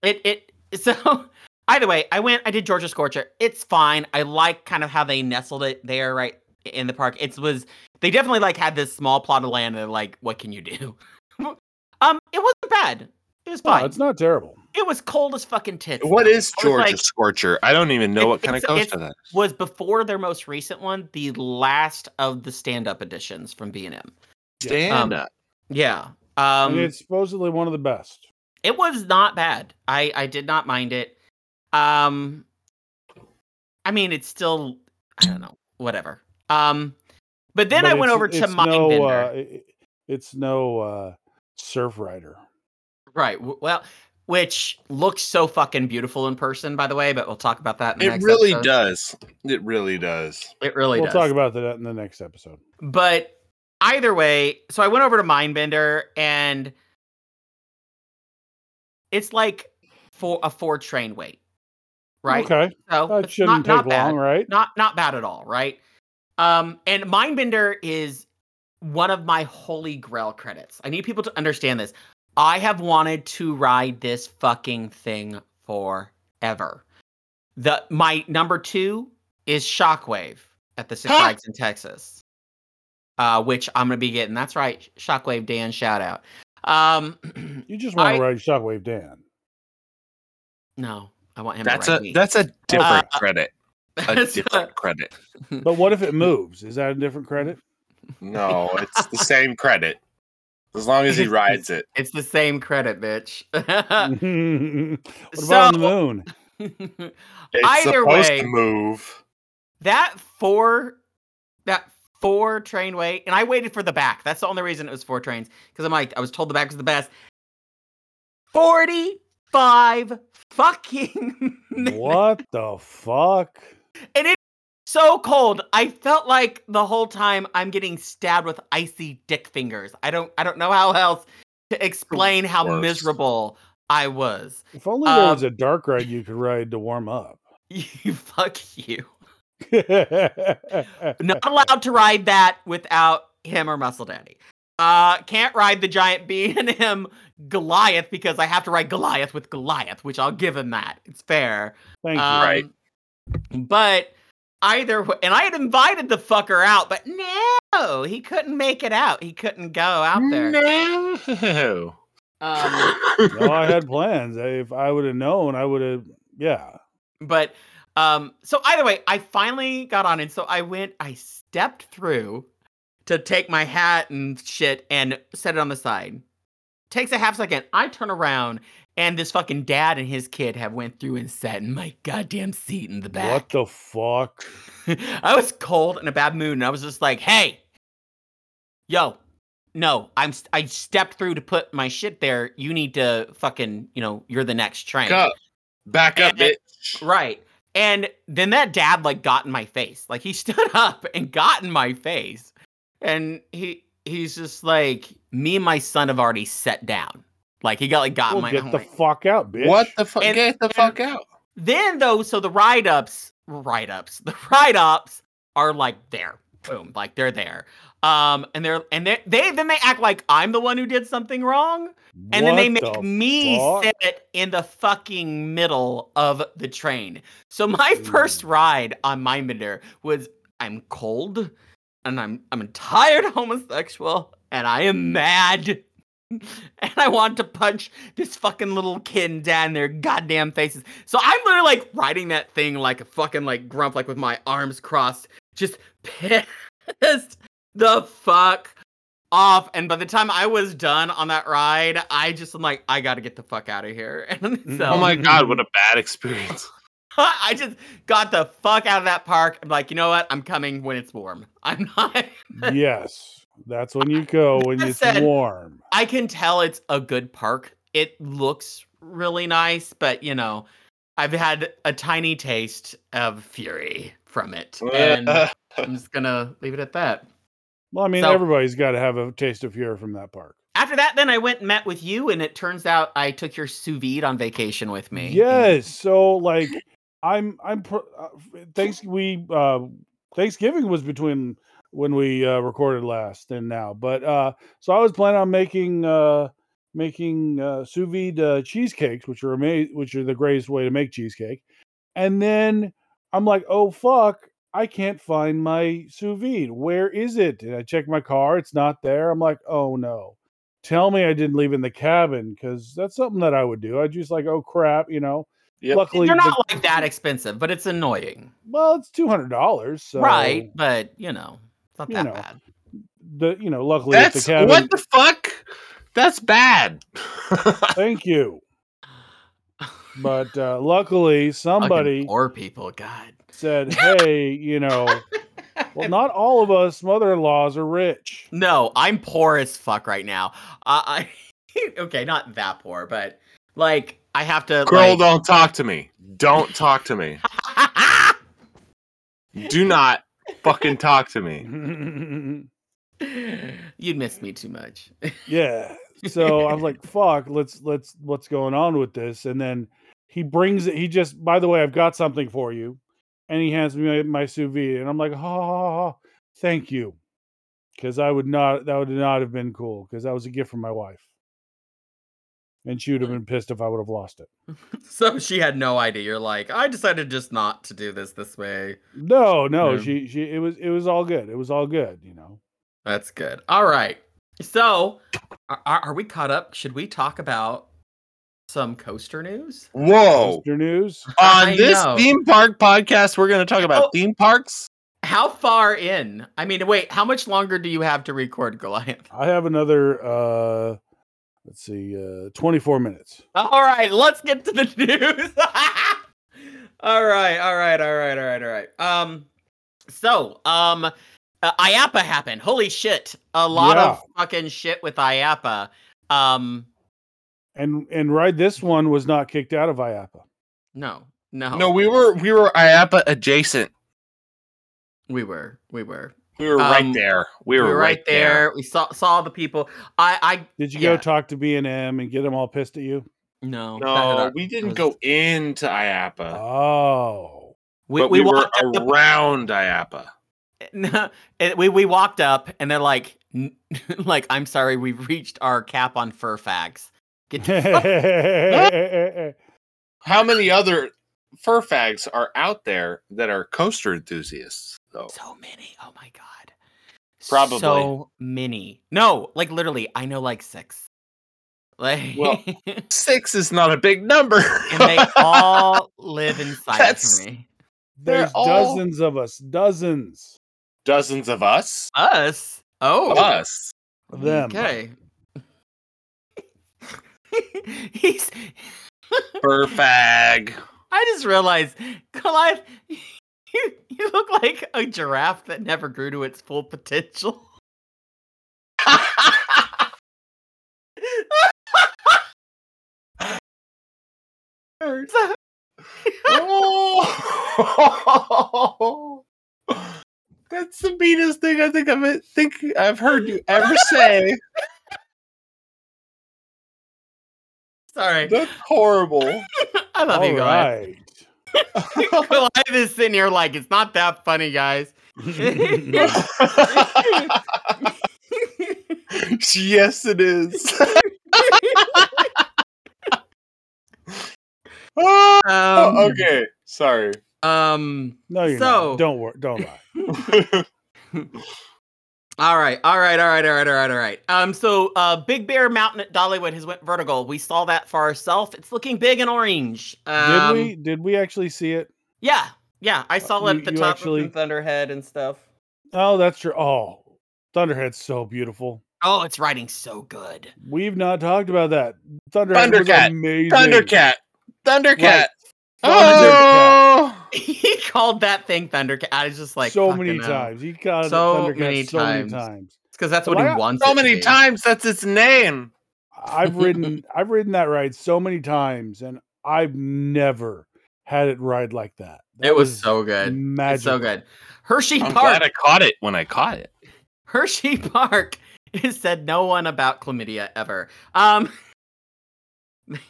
It it so. Either way, I went. I did Georgia Scorcher. It's fine. I like kind of how they nestled it there, right in the park. It was they definitely like had this small plot of land. And they're like, what can you do? um, it wasn't bad. It was No, fine. it's not terrible. it was cold as fucking tits. what though. I is was Georgia like- Scorcher? I don't even know It- what kind of it's- goes it's- to that. was before their most recent one, the last of the stand-up editions from B and M. Um, Stand up. Yeah. and Um, it's supposedly one of the best. it was not bad. I I did not mind it. Um I mean it's still I don't know, whatever. Um but then But I went it's- over to it's no, Mindbender. uh, i- i- It's no uh, Surf Rider. right. w- Well, which looks so fucking beautiful in person by the way, but we'll talk about that in the It next really episode. does. It really does. It really We'll does. talk about that in the next episode. But either way, so I went over to Mindbender and it's like for a four train wait. Right? Okay. So That it's not, shouldn't not take bad. long, right? Not not bad at all, right? Um and Mindbender is one of my holy grail credits. I need people to understand this. I have wanted to ride this fucking thing forever. The my number 2 is Shockwave at the Six Huh? Flags in Texas. Uh, which I'm gonna be getting. That's right, Shockwave Dan shout out. Um, You just want I- to ride Shockwave Dan. no, I want him. That's to write a me. Uh, that's a different credit. A That's a- different credit. But what if it moves? Is that a Uh, different credit? No, it's the same credit. As long as he rides it. it's the same credit, bitch. what about on the So- moon? It's Either supposed way- to move. that four that four train wait and i waited for the back that's the only reason it was four trains because i'm like i was told the back was the best 45 fucking minutes. what the fuck? so cold i felt like the whole time i'm getting stabbed with icy dick fingers i don't i don't know how else to explain how worse. miserable i was If only there Um, was a dark ride you could ride to warm up. you fuck you no, not allowed to ride that without him or muscle daddy uh can't ride the giant b&m goliath because i have to ride goliath with goliath which i'll give him that it's fair Thank you. uh, Right. Um, but either way and i had invited the fucker out but no he couldn't make it out he couldn't go out there No. um, no, I had plans. If I would have known, I would have. Yeah. but um so either way i finally got on and so i went i stepped through to take my hat and shit and set it on the side takes a half second i turn around and this fucking dad and his kid have went through and sat in my goddamn seat in the What back the fuck? i was cold and a bad mood and i was just like hey yo no i'm st- i stepped through to put my shit there you need to fucking you know you're the next train Back up. Back up, And it- bitch. Right. And then that dad like got in my face. Like he stood up and got in my face. And he he's just like, me and my son have already set down. Like he got like got in Well, my get I'm the like- fuck out, bitch. What the fuck? And- Get the and- fuck out. Then though, so the ride ups, ride ups, the ride ups are like there. boom, like they're there. Um, and they're and they they then they act like I'm the one who did something wrong, and then they What make the me fuck? sit in the fucking middle of the train. So my first ride on my Minder was I'm cold, and I'm I'm a tired homosexual, and I am mad. And I want to punch this fucking little kid and dad in their goddamn faces. So I'm literally like riding that thing like a fucking like grump, like with my arms crossed, just pissed the fuck off. And by the time I was done on that ride, I just am like, I gotta get the fuck out of here. And so Oh my god, what a bad experience. I just got the fuck out of that park. I'm like, you know what? I'm coming when it's warm. I'm not yes, that's when you go when I it's said- warm. I can tell it's a good park. It looks really nice, but you know, I've had a tiny taste of fury from it. And Uh, I'm just gonna leave it at that. Well, I mean, So- everybody's got to have a taste of fear from that park. After that, then I went and met with you, and it turns out I took your sous vide on vacation with me. and- Yes. So like, I'm I'm pr- uh, f- thanks we uh, Thanksgiving was between when we uh, recorded last and now, but uh, so I was planning on making uh, making uh, sous vide uh, cheesecakes, which are amazing, which are the greatest way to make cheesecake, and then I'm like, oh fuck. I can't find my sous vide. Where is it? And I check my car. It's not there. I'm like, oh no tell me I didn't leave in the cabin because that's something that I would do. I'd just like, oh crap, you know. Yep. Luckily, They're not the- like that expensive, but it's annoying, well, it's two hundred dollars, so right? But you know, it's not You that know. bad. The you know, luckily at the That's cabin. what the fuck? That's bad. Thank you. But uh, luckily, Fucking somebody poor people, God. said, hey, you know, well, not all of us mother-in-laws are rich. No, I'm poor as fuck right now. Uh, I, I okay, not that poor, but like I have to. Girl, like, don't talk to me. Don't talk to me. Do not fucking talk to me. You'd miss me too much. yeah so i was like fuck let's let's what's going on with this and then he brings it he just by the way i've got something for you and he hands me my, my sous vide and i'm like ha ha, ha, ha thank you because i would not that would not have been cool because that was a gift from my wife and she would have been pissed if i would have lost it so she had no idea. You're like, I decided just not to do this this way. no no Yeah. she she it was it was all good it was all good you know That's good. All right. So, are, are are we caught up? Should we talk about some coaster news? Whoa. Mr. news On I this know. theme park podcast, we're going to talk about Oh. theme parks. How far in? I mean, wait, how much longer do you have to record, Goliath? i have another uh let's see uh 24 minutes All right, let's get to the news. all right, all right, all right, all right, all right. Um, so, um, uh, IAPA happened. Holy shit! A lot of fucking shit with IAPA. Um, and and right this one was not kicked out of IAPA. no, no, No, we were we were IAPA adjacent. we were, we were, We were right Um, there. We were, right, there. We saw saw the people. I, I Did you Yeah. go talk to B and M and get them all pissed at you? no, that had No, our- we was- didn't go into Uh. IAPA, Oh, we, but we, were walked up the- around IAPA. no, and we we walked up and they're like, "N- like I'm sorry, we've reached our cap on Fairfax. Get the fuck How many other Fairfags are out there that are coaster enthusiasts? Though So many. Oh my god. Probably. So many. No, like literally, I know like six. Like Well- and six is not a big number. they all live inside That's- of me. There's all- dozens of us, dozens. Dozens of us. Us. Oh. Us. Them. Okay. He's Furfag. I just realized, Goliath, you, you look like a giraffe that never grew to its full potential. So- Oh. That's the meanest thing I think I've think I've heard you ever say. Sorry. That's horrible. I love All you, Goliath. right. Goliath is sitting here like, it's not that funny, guys. Um, yes, it is. oh, Um, okay, sorry. Um. No, you're So- not. Don't worry. Don't lie. All right, all right, all right, all right, all right, all right. Um, so uh, Big Bear Mountain at Dollywood has went vertical. We saw that for ourselves. It's looking big and orange. Um, did we? Did we actually see it? Yeah, yeah. I saw it you- at the you top actually- of Thunderhead and stuff. Oh, that's true. Oh, Thunderhead's so beautiful. Oh, it's writing so good. We've not talked about that. Thunderhead was Thundercat. amazing. Thundercat. Thundercat. Right. Oh. he called that thing Thundercat. I was just like so many fucking hell. times. He got So Thundercat many so times. many times. It's because that's what Why- he wants. So it to many be. times that's its name. I've ridden I've ridden that ride so many times and I've never had it ride like that. That It was so good. Magic. It's so good. Hershey I'm Park. glad I caught it when I caught it. Hershey Park has said no one about chlamydia ever. Um,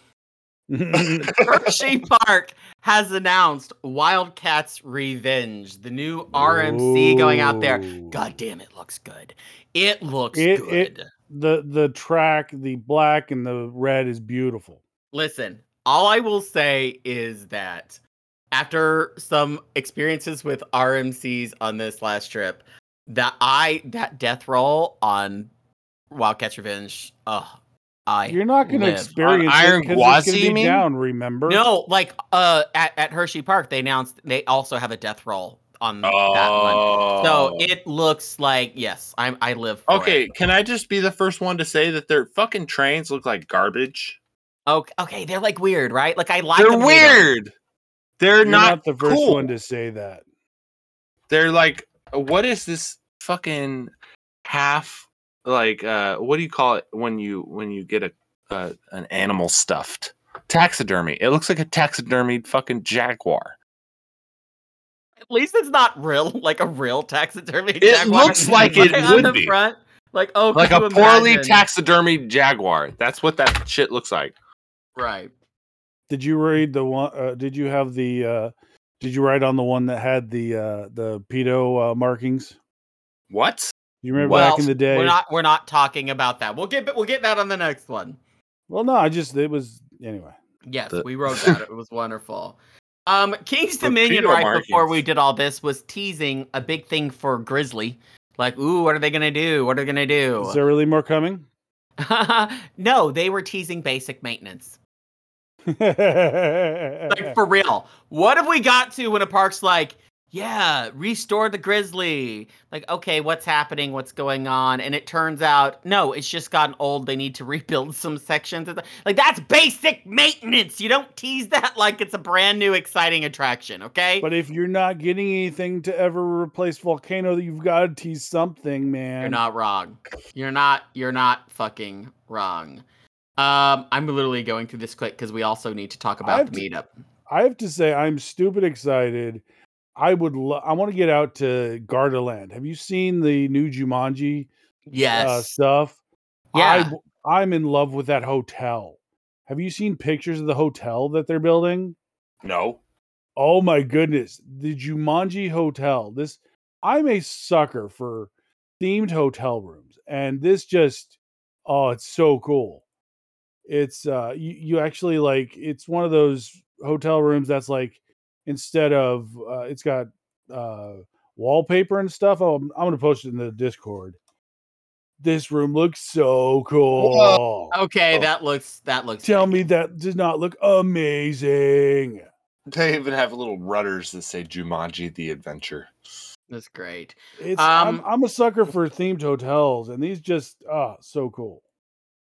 Hershey Park has announced Wildcats Revenge, the new RMC going out there. Ooh. God damn, it looks good. It looks It- it- good. The the track, the black and the red is beautiful. Listen, all I will say is that after some experiences with RMCs on this last trip, that I that death roll on Wildcats Revenge, oh, I You're not going to live. experience Iron it 'cause it's Gwazi, gonna you be mean? down. Remember? No, like uh at, at Hershey Park they announced they also have a death roll on that one. So it looks like yes, I'm I live for it. Oh. okay, can I just be the first one to say that their fucking trains look like garbage? Okay, okay, they're like weird, right? Like I like They're them, hate 'em. weird. They're You're not, the first cool. one to say that. They're like, what is this fucking half? Like, uh, what do you call it when you when you get a uh, an animal stuffed taxidermy? It looks like a taxidermied fucking jaguar. At least it's not real, like a real taxidermy. It looks like it on would the be. front. Like oh, Like could a you poorly imagine? taxidermied jaguar. That's what that shit looks like. Right. Did you read the one? Uh, did you have the? Uh, did you write on the one that had the uh, the pedo uh, markings? What? You remember back in the day? we're not we're not talking about that. We'll get we'll get that on the next one. well, no, I just it was anyway. Yes, The- we wrote that. It was wonderful. Um, King's The Dominion, pedo right before markings. we did all this, was teasing a big thing for Grizzly. Like, ooh, what are they gonna do? What are they gonna do? Is there really more coming? no, they were teasing basic maintenance. Like like for real. What have we got to when a park's like, yeah, restore the Grizzly? Like, okay, what's happening? What's going on? And it turns out, no, it's just gotten old. They need to rebuild some sections. It's Like, that's basic maintenance. You don't tease that like it's a brand new, exciting attraction, okay? but if you're not getting anything to ever replace Volcano, you've got to tease something, man. You're not wrong. You're not. You're not fucking wrong. Um, I'm literally going through this quick because we also need to talk about I've the meetup. I have to say, I'm stupid excited. I would. Lo- I want to get out to Gardaland. Have you seen the new Jumanji uh, Yes. stuff? I, yeah. w- I'm in love with that hotel. Have you seen pictures of the hotel that they're building? No. Oh my goodness, the Jumanji Hotel. This I'm a sucker for themed hotel rooms, and this just oh, it's so cool. It's uh, you, you actually like it's one of those hotel rooms that's like instead of uh, it's got uh wallpaper and stuff. Oh, I'm, I'm gonna post it in the Discord. This room looks so cool. okay. That looks. That looks. Oh. Tell good. me that does not look amazing. They even have little rudders that say Jumanji the Adventure. That's great. It's Um, I'm, I'm a sucker for themed hotels, and these just ah so cool.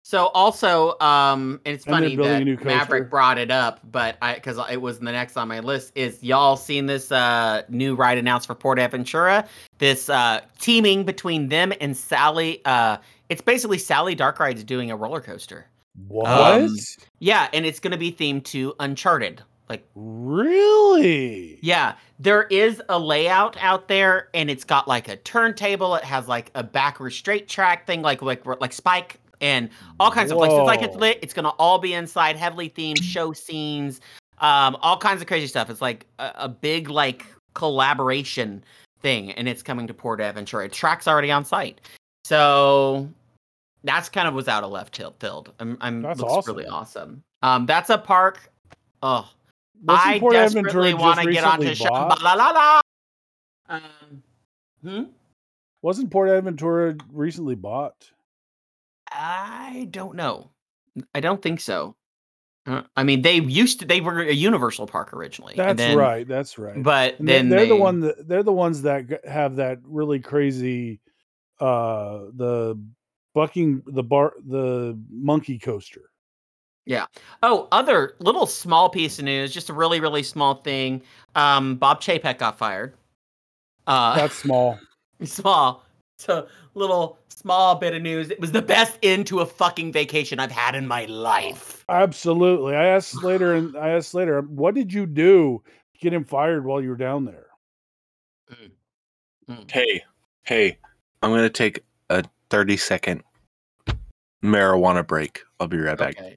So also, um, and it's And they're funny building a that new coaster. Maverick brought it up, but I because it was the next on my list is y'all seen this uh new ride announced for Port Aventura? This uh teaming between them and Sally. Uh, it's basically Sally Dark Ride's doing a roller coaster. What? Yeah, and it's gonna be themed to Uncharted. Like, really? yeah, there is a layout out there, and it's got like a turntable. It has like a backward straight track thing, like like like Spike, and all kinds of places. It's like it's Whoa. lit. It's gonna all be inside, heavily themed show scenes, um, all kinds of crazy stuff. It's like a, a big like collaboration thing and it's coming to Port Aventura. Track's already on site. So that's kind of was out of left field- field. I'm, I'm That's looks awesome. really awesome. Um, that's a park. Oh, Wasn't I Port Aventura desperately just want to get onto recently bought? Shambhala. Um, hmm? Wasn't Port Aventura recently bought? I don't know. I don't think so. Uh, I mean, they used to. They were a Universal park originally. and That's then- right. That's right. But And they- then they're the they- one that they're the ones that g- have that really crazy uh the bucking the bar the monkey coaster. Oh, other little small piece of news, just a really, really small thing. Um, Bob Chapek got fired. Uh, That's small. small. So little small bit of news. It was the best end to a fucking vacation I've had in my life. Absolutely. I asked Slater and I asked Slater, what did you do to get him fired while you were down there? Hey, hey, I'm gonna take a 30 second marijuana break. I'll be right back. Okay.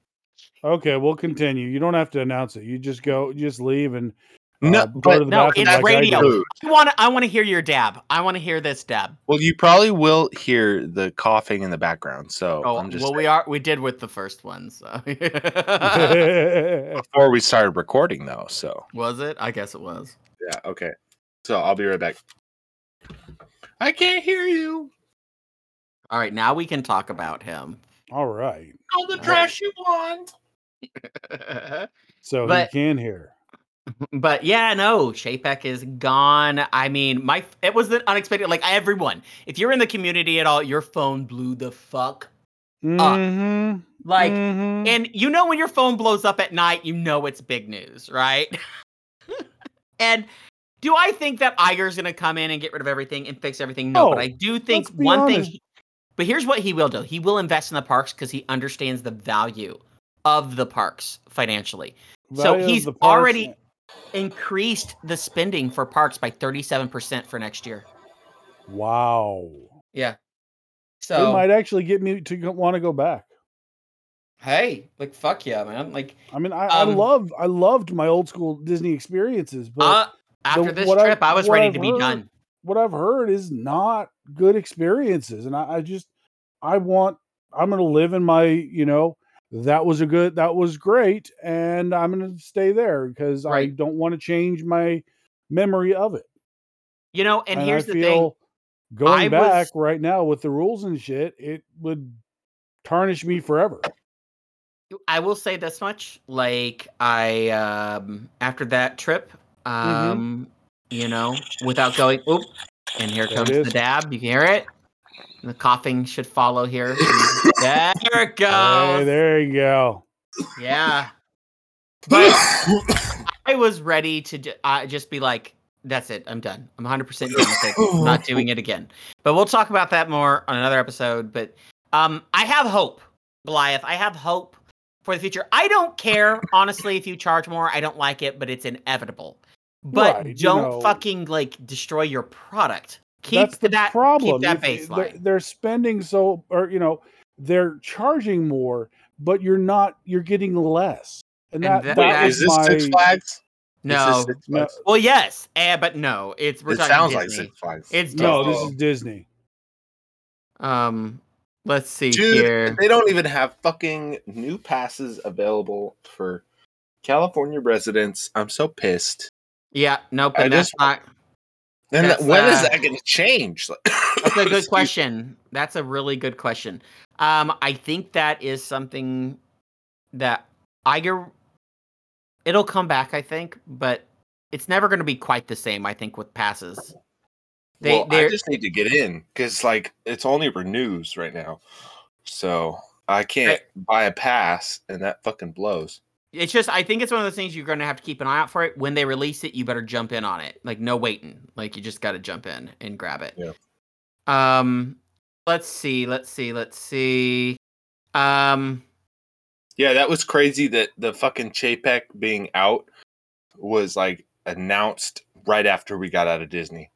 Okay, we'll Mm. continue. You don't have to announce it. You just go, you just leave and No, uh, go but to the no, bathroom it's like I radio. do. Dude, I want to. I want to hear your dab. I want to hear this dab. well, you probably will hear the coughing in the background. So Oh, I'm just well, we are. We did with the first one. So before we started recording though. So was it? I guess it was. yeah, okay. So I'll be right back. I can't hear you. All right, now we can talk about him. All right. All the right. trash you want. So But- he can hear. but yeah, no, Chapek is gone. I mean, my it was the unexpected. Like everyone, if you're in the community at all, your phone blew the fuck. Mhm, Uh, Like, mhm. and you know when your phone blows up at night, you know it's big news, right? and do I think that Iger's gonna come in and get rid of everything and fix everything? No, but No, I do think let's be one thing. honest. he- but here's what he will do: he will invest in the parks because he understands the value of the parks financially. Value so of he's the parks- already increased the spending for parks by 37% for next year. Wow. So It might actually get me to want to go back. hey, like fuck yeah, man. Like I mean, I, I Um, love I loved my old school Disney experiences, but uh, after this what I- trip, I, was what ready I've to be heard- done. what I've heard is not good experiences, and I, I just I want I'm going to live in my you know that was a good that was great, and I'm going to stay there because I Right. don't want to change my memory of it. You know, and, I here's the thing. feel going I back was- right now with the rules and shit, it would tarnish me forever. I will say this much. Like I um after that trip, Mhm. um, you know, without going oop, and here There it comes the is. dab. You can hear it. The coughing should follow here. there it Hey, goes. there you go. Yeah. But I was ready to ju- uh, just be like, that's it. I'm done. I'm 100% done with it. I'm not doing it again. But we'll talk about that more on another episode. But um, I have hope, Goliath. I have hope for the future. I don't care, honestly, if you charge more. I don't like it, but it's inevitable. But Right, you don't know. fucking like destroy your product. Keep That's the that problem. Keep that If- they're, baseline. they're spending so, or you know, they're charging more, but you're not. You're getting less. And And that- that, that Wait, Is was this my, Six Flags? No. Is this Six No. Flags? Well, yes, eh, but no. It's we're It talking sounds like Disney. Six Flags. It's No, Disney. this is Disney. Um, let's see Dude, here. They don't even have fucking new passes available for California residents. I'm so pissed. Yeah, nope. I And that's just- not. And That's, when is uh, that going to change? That's a good Excuse- question. That's a really good question. Um, I think that is something that Iger. It'll come back, I think, but it's never going to be quite the same. I think with passes, they well, I they're just need to get in because like it's only renews right now, so I can't buy a pass, and that fucking blows. It's just I think it's one of those things you're gonna have to keep an eye out for it. When they release it, you better jump in on it. Like no waiting. Like you just gotta jump in and grab it. Yeah. Um let's see, let's see, let's see. Um Yeah, that was crazy that the fucking Chapek being out was like announced right after we got out of Disney.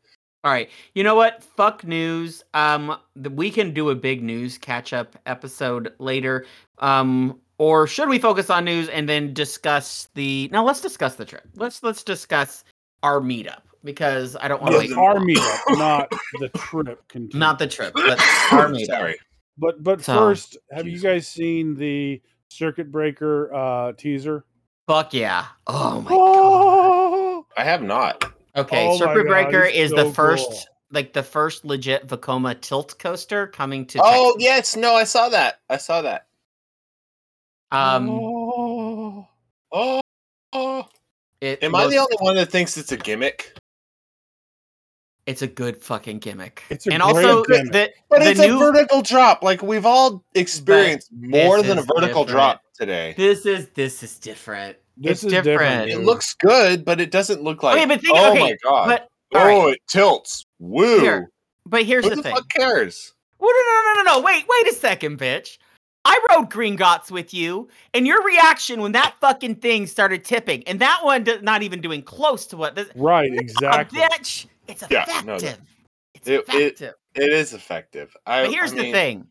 all right. You know what? Fuck news. Um the, we can do a big news catch up episode later. Um or should we focus on news and then discuss the now let's discuss the trip. Let's let's discuss our meetup. because I don't want to It's wait. our meetup, not the trip. Continues. Not the trip, but our meetup. Sorry. But but So, first, have you Jesus. guys seen the Circuit Breaker uh, teaser? Fuck yeah! Oh my god. Oh, I have not. Okay, Oh my Circuit God, Breaker it's is the so first, cool. like the first legit Vacoma tilt coaster coming to. Oh Texas. yes, no, I saw that. I saw that. Um, oh. Oh, oh. it am I the looks- only one that thinks it's a gimmick? It's a good fucking gimmick. It's a and great also gimmick. the But The it's new- a vertical drop. Like we've all experienced more this than a is vertical different. drop today. this is this is different. This It's is different. different. It dude. looks good, but it doesn't look like. Okay, but think- oh okay, my god! But all right. oh, it tilts. Woo! Here, But here's Who the, the, thing. fuck cares? Well, no, no, no, no, no. Wait, wait a second, bitch. I rode Green Gots with you, and your reaction when that fucking thing started tipping, and that one do- not even doing close to what this. Right, Ah, exactly. bitch, it's Yeah, effective. no, that- it's it- it- effective. It is effective. I, but here's I the mean, thing.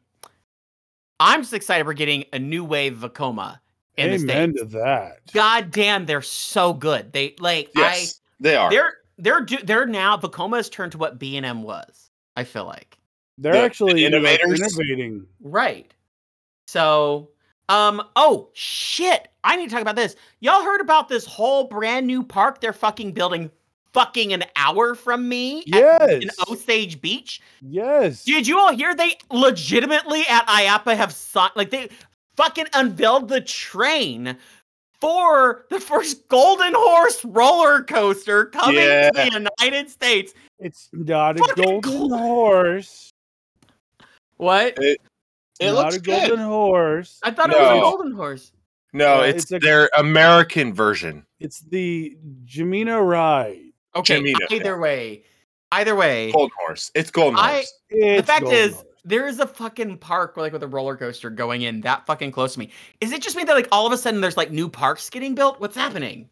I'm just excited we're getting a new wave Vacoma in the Amen States. to that. God damn, they're so good. They like I Yes, they are. they're they're do, they're now Vacoma has turned to what B and M was. I feel like They're The- the actually like, innovators? innovating. right. So, um, oh shit, I need to talk about this. Y'all heard about this whole brand new park they're fucking building, fucking an hour from me at, in Yes. Osage Beach. Yes. Did you all hear? They legitimately at IAPA have signed, like they fucking unveiled the train for the first Golden Horse roller coaster coming to the United States. It's not a Fucking golden cool. horse. What? it not looks a good. golden horse. I thought it was a No. Golden Horse. No, Uh, it's, it's a- their American version. It's the Jemina ride. Okay. Jimena, yeah. either way, either way, Golden Horse. It's Golden I- Horse. the It's fact golden is, horse. there is a fucking park like with a roller coaster going in that fucking close to me. Is it just me that like all of a sudden there's like new parks getting built? What's happening?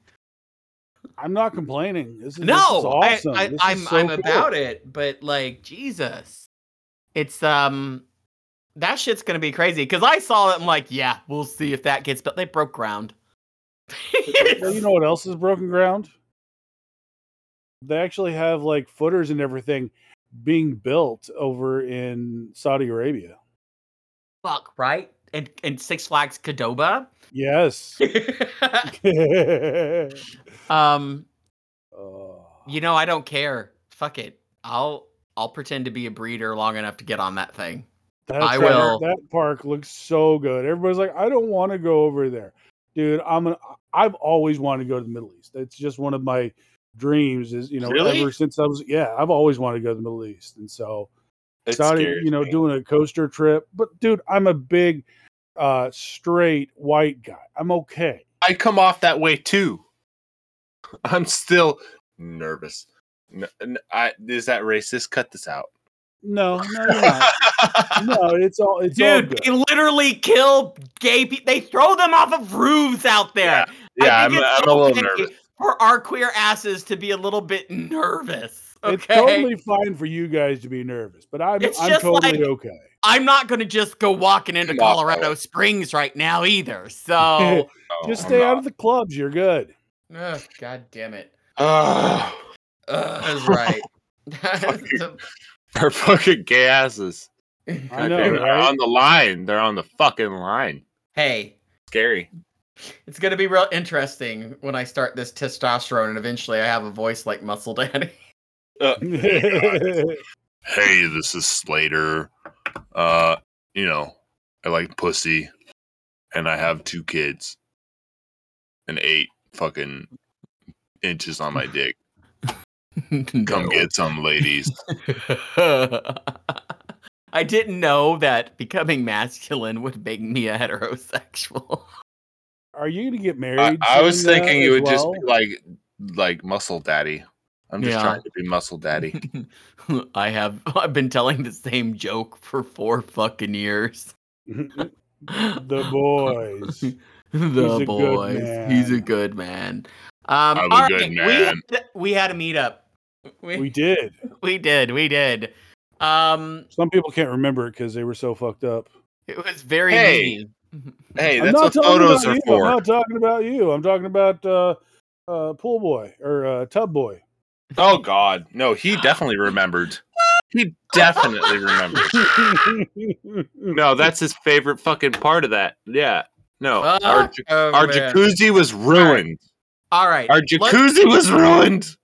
I'm not complaining. This is, this is No, I- awesome. I, This is I, am so I'm cool. about it, but like Jesus, it's um that shit's gonna be crazy because I saw it. I'm like, yeah, we'll see if that gets built. They broke ground. Well, you know what else is broken ground? They actually have like footers and everything being built over in Saudi Arabia. fuck right. And, and Six Flags Cadoba. Yes. um, Oh. you know I don't care. Fuck it. I'll I'll pretend to be a breeder long enough to get on that thing. That I park- will- That park looks so good. Everybody's like, I don't want to go over there, dude. I'm gonna. I've always wanted to go to the Middle East. It's just one of my dreams. Is you know, Really? ever since I was yeah, I've always wanted to go to the Middle East, and so It Saudi, scares you know, me. doing a coaster trip. But dude, I'm a big, uh, straight white guy. I'm okay. I come off that way too. I'm still nervous. N- n- I- is that racist? Cut this out. No, no, you're not. no, it's all it's all Dude, good. they literally kill gay people. They throw them off of roofs out there. yeah, I'm, think it's I'm a little okay nervous. For our queer asses to be a little bit nervous. Okay. It's totally fine for you guys to be nervous, but I'm It's I'm just totally like- okay. I'm not going to just go walking into Come on, Colorado bro. Springs right now either. So, No, Just Oh, I'm stay out not. of the clubs. You're good. Ugh, God damn it. Ugh, Ugh, that's right. they're fucking gay asses. I God know, damn it, They're right? on the line. They're on the fucking line. hey, Scary. it's going to be real interesting when I start this testosterone and eventually I have a voice like Muscle Daddy. Hey, this is Slater. Uh, you know, I like pussy, and I have two kids, and eight fucking inches on my dick. Come get some, ladies. I didn't know that becoming masculine would make me a heterosexual. Are you going to get I, married? I was soon now thinking it as would just well? be like like muscle daddy. I'm just Yeah. trying to be muscle daddy. I have I've been telling the same joke for four fucking years. the boys. the He's a good boys. He's a man. good man. Um, I'm a all good right, man. We had, we had a meetup. We, We we did. did we did. Um, Some people can't remember it because they were so fucked up. it was very Hey. meaty. hey, I'm that's not what talking photos about are you. for. I'm not talking about you. I'm talking about uh, uh, pool boy or uh, tub boy. Oh God, no! He definitely remembered. He definitely remembered. No, that's his favorite fucking part of that. Yeah. No, our, ja- Oh, our man. jacuzzi was ruined. All right. Our let's- jacuzzi was ruined.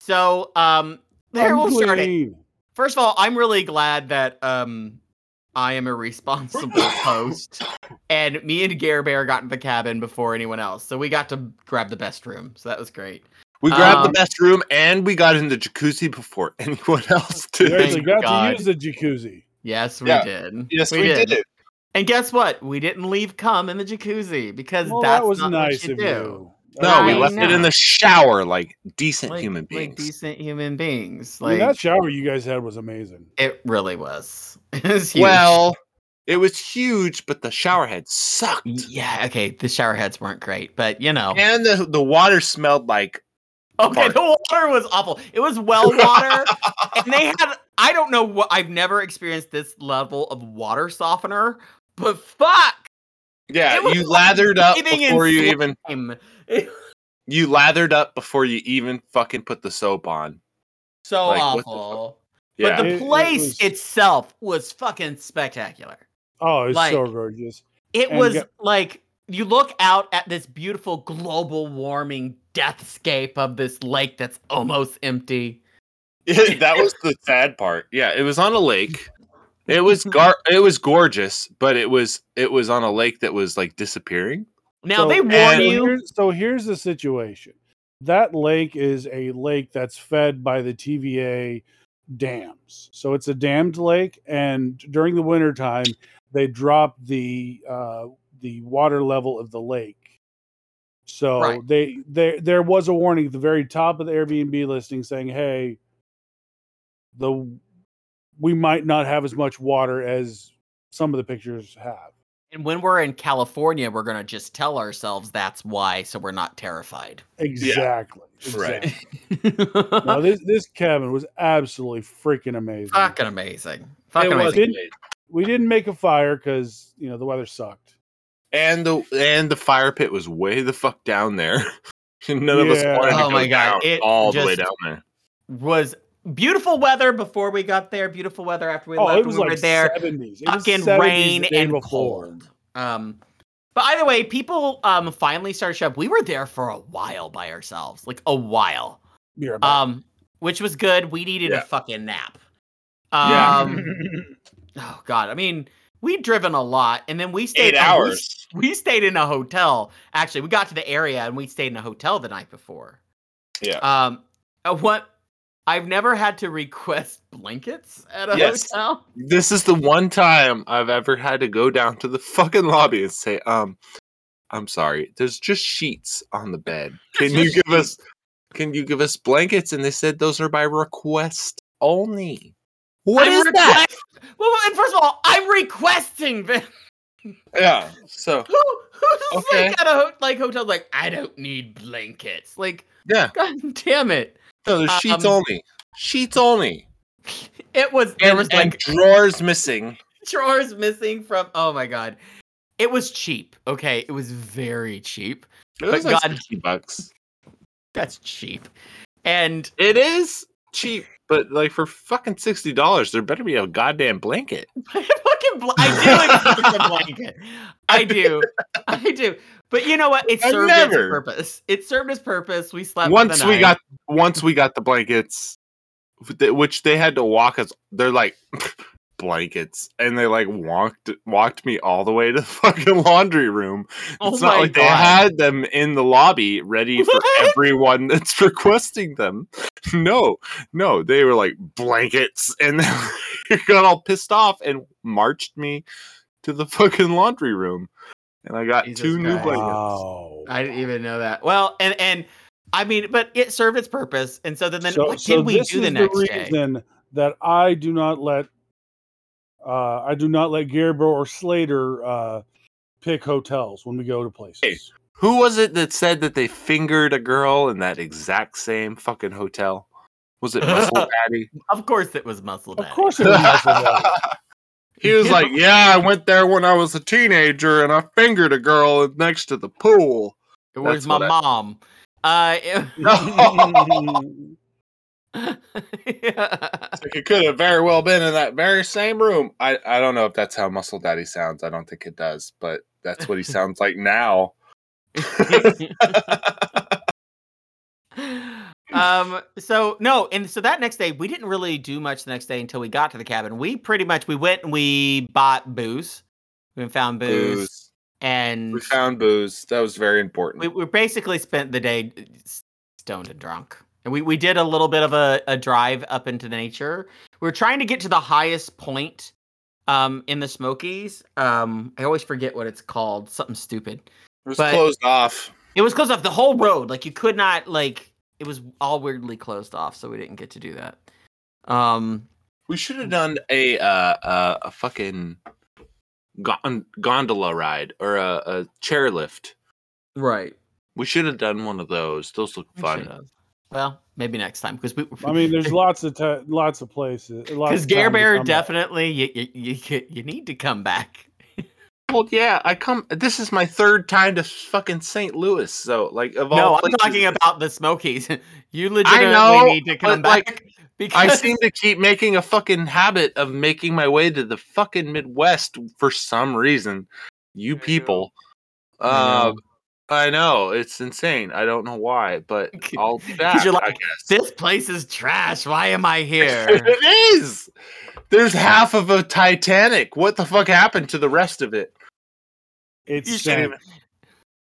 So, um, there we'll start it. Unclean. First of all, I'm really glad that um, I am a responsible host, and me and Gare Bear got in the cabin before anyone else, so we got to grab the best room. So that was great. We grabbed Um, the best room and we got in the jacuzzi before anyone else You did. actually Thank got God. to use the jacuzzi. Yes, we Yeah. did. Yes, we, did. it. And guess what? We didn't leave cum in the jacuzzi because Well, that's that was not nice what you of do. you. No, we I left it in the shower like decent Like, human beings. like decent human beings. I mean, Like that shower you guys had was amazing. it really was. it was huge. well, it was huge, but the shower head sucked. yeah. Okay, the shower heads weren't great, but you know, And the, the water smelled like Okay, Fart. the water was awful. It was well water, and they had I don't know what I've never experienced this level of water softener, but fuck, yeah, It was you like lathered up bathing in before you slime. even I'm- you lathered up before you even fucking put the soap on. so Like, what the fuck? awful. Yeah. But It- the it place was- itself was fucking spectacular. Oh, it's so Like- gorgeous. It And was go- like you look out at this beautiful global warming deathscape of this lake that's almost empty. that was the sad part. Yeah, it was on a lake. It was gar- it was gorgeous, but it was it was on a lake that was like disappearing. Now So- they and- warn so you. Here's, so here's the situation. That lake is a lake that's fed by the TVA dams. So it's a dammed lake, and during the wintertime, they drop the uh, the water level of the lake. So Right. they there there was a warning at the very top of the Airbnb listing saying, "Hey, the we might not have as much water as some of the pictures have." And when we're in California, we're going to just tell ourselves that's why, so we're not terrified. Exactly. Right. exactly. no, this this cabin was absolutely freaking amazing. Fucking amazing. Fucking It was amazing. amazing. We didn't make a fire because you know the weather sucked. And the and the fire pit was way the fuck down there. And None of us Yeah. wanted to Oh go my God, down it all the way just- down there. Was beautiful weather before we got there, beautiful weather after we oh, left. it was we like were there. 70s. It was Fucking 70s rain the day and before. cold. Um, but either way, people um finally started showing up. We were there for a while by ourselves, like a while. You're about- Um, which was good. We needed Yeah. a fucking nap. Yeah. Um, oh god i mean we'd driven a lot and then we stayed Eight oh, we s- hours. we, stayed in a hotel actually we got to the area and we stayed in a hotel the night before Yeah. um uh, what i've never had to request blankets at a Yes. hotel This is the one time I've ever had to go down to the fucking lobby and say, um, I'm sorry, there's just sheets on the bed. Can you Just give us can you give us blankets? And they said those are by request only. What I'm is that? request- well, well, and first of all i'm requesting them Yeah. So who who's Okay. like at a ho- like hotel like i don't need blankets like yeah. god damn it No, there's sheets Um, only. Sheets only. it was there And, was and like drawers missing. drawers missing from oh my god it was cheap okay it was very cheap It was But like God- 60 bucks. that's cheap and It is cheap, but like for fucking sixty dollars, there better be a goddamn blanket. I fucking bl- i do expect a blanket i do i do but you know what it I served its never- purpose it served its purpose we slept for the once we night. got once we got the blankets with the- which they had to walk us they're like blankets and they like walked walked me all the way to the fucking laundry room oh it's my not like god they had them in the lobby ready for What? everyone that's requesting them no no they were like blankets and they got all pissed off and marched me to the fucking laundry room and i got Jesus two new Christ. blankets wow. i didn't even know that well and and i mean but it served its purpose and so then, then so, what so did we this do is the next day reason that I do not let uh, I do not let Gerber or Slater uh, pick hotels when we go to places. Hey. Who was it that said that they fingered a girl in that exact same fucking hotel? Was it Muscle Daddy? of course it was muscle Of Daddy. course, it was Muscle Valley. He was like, "Yeah, I went there when I was a teenager, and I fingered a girl next to the pool." Where's That's my what I- mom? Uh, it- No, yeah. It's like it could have very well been in that very same room. I, I don't know if that's how Muscle Daddy sounds. I don't think it does, but that's what he sounds like now. um so no and so that next day we didn't really do much the next day until we got to the cabin we pretty much we went and we bought booze we found booze, Booze. and We found booze. That was very important. we, we basically spent the day s- stoned and drunk. And we, we did a little bit of a, a drive up into nature. We were trying to get to the highest point um, in the Smokies. Um, I always forget what it's called, something stupid. it was but- closed off. It was closed off the whole road. Like you could not like it was all weirdly closed off, so we didn't get to do that. Um We should have done a uh, uh, a fucking gon- gondola ride or a, a chairlift. right. We should have done one of those. Those look fun. Well, maybe next time because we I mean, there's lots of ti lots of places. lots because of Gare time to Bear come back. definitely you, you you could- you need to come back. Well, yeah, I come. This is my third time to fucking St. Louis, so like of all. No, I'm places- talking about the Smokies. You legitimately I know, need to come but, like, back because I seem to keep making a fucking habit of making my way to the fucking Midwest for some reason. You I know. people. know. Uh, I know it's insane. I don't know why, but I'll be back. you're I like, guess. this place is trash. Why am I here? it is. There's half of a Titanic. What the fuck happened to the rest of it? It's You sank. shouldn't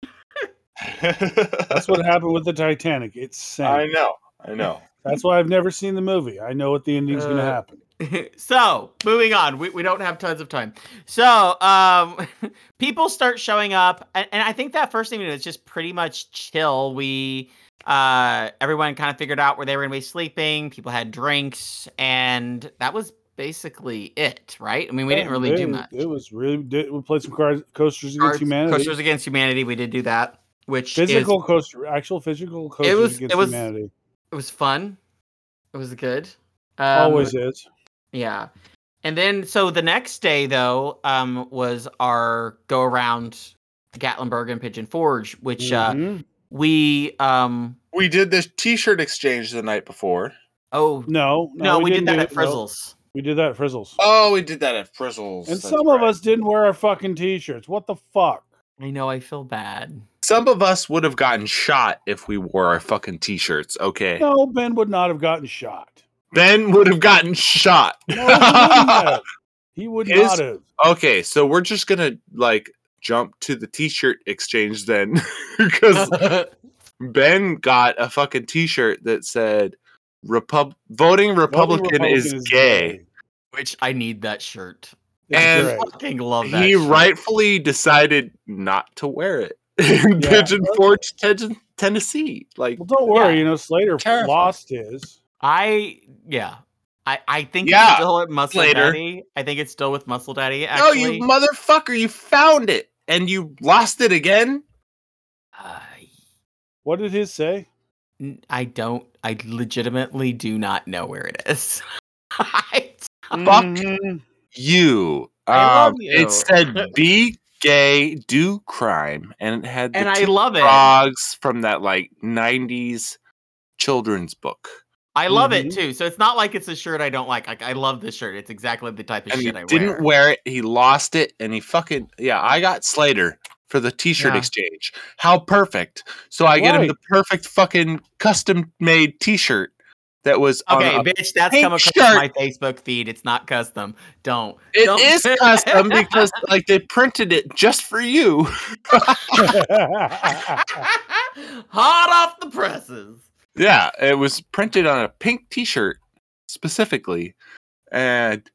I That's what happened with the Titanic. It's sank. know. I know. That's why I've never seen the movie. I know what the ending's going to Uh, happen. so moving on, we, we don't have tons of time. So um, people start showing up, and, and I think that first thing we did is just pretty much chill. We uh, everyone kind of figured out where they were going to be sleeping. People had drinks, and that was basically it, right? I mean, we Yeah, didn't really it do was- much. It was really did, we played some cars, coasters against Cards- humanity. Coasters Against Humanity. We did do that, which physical is coaster, actual physical coasters was- against it was- humanity. it was fun. It was good. Um, Always is. Yeah. And then so the next day though um, was our go around Gatlinburg and Pigeon Forge, which uh, Mhm. we um We did this T-shirt exchange the night before. oh no, no, no, we, did didn't that do at it. No, Frizzles. we did that at Frizzles. Oh, we did that at Frizzles. and That's some of right. us didn't wear our fucking t-shirts. What the fuck? I know I feel bad. Some of us would have gotten shot if we wore our fucking t-shirts, okay? No, Ben would not have gotten shot. Ben would have gotten shot. No, he wouldn't have. He would His- not have. okay, so we're just gonna like jump to the t-shirt exchange then, because Ben got a fucking t-shirt that said "Repub voting Republican, is, gay." which I need that shirt. That's And- correct. Fucking love that. He shirt. rightfully decided not to wear it in Yeah. Pigeon Forge, Ten- Tennessee. Like, well, don't worry. Yeah. You know, Slater Terrifying. lost his. I yeah. I, I think it's Yeah, still at Muscle later. Daddy. I think it's still with Muscle Daddy. no, Actually. you motherfucker, you found it and you lost it again. I- What did his say? N- I don't. I legitimately do not know where it is. I don't- Fuck you. Mm-hmm. I love Um, you. It said be gay, do crime, and it had the and I two love it. frogs from that like '90s children's book, I love it Mm-hmm. Mhm. too. So it's not like it's a shirt I don't like. Like I love this shirt. It's exactly the type of and he shit I didn't wear. wear. it. He lost it, and he fucking yeah. I got Slater for the T-shirt Yeah. exchange. How perfect! So I get him the Right. perfect fucking custom-made T-shirt that was on okay, a- bitch, that's pink come across shirt. my Facebook feed. It's not custom. Don't. It don't. is custom because like they printed it just for you. Hot off the presses. Yeah, it was printed on a pink T-shirt specifically, and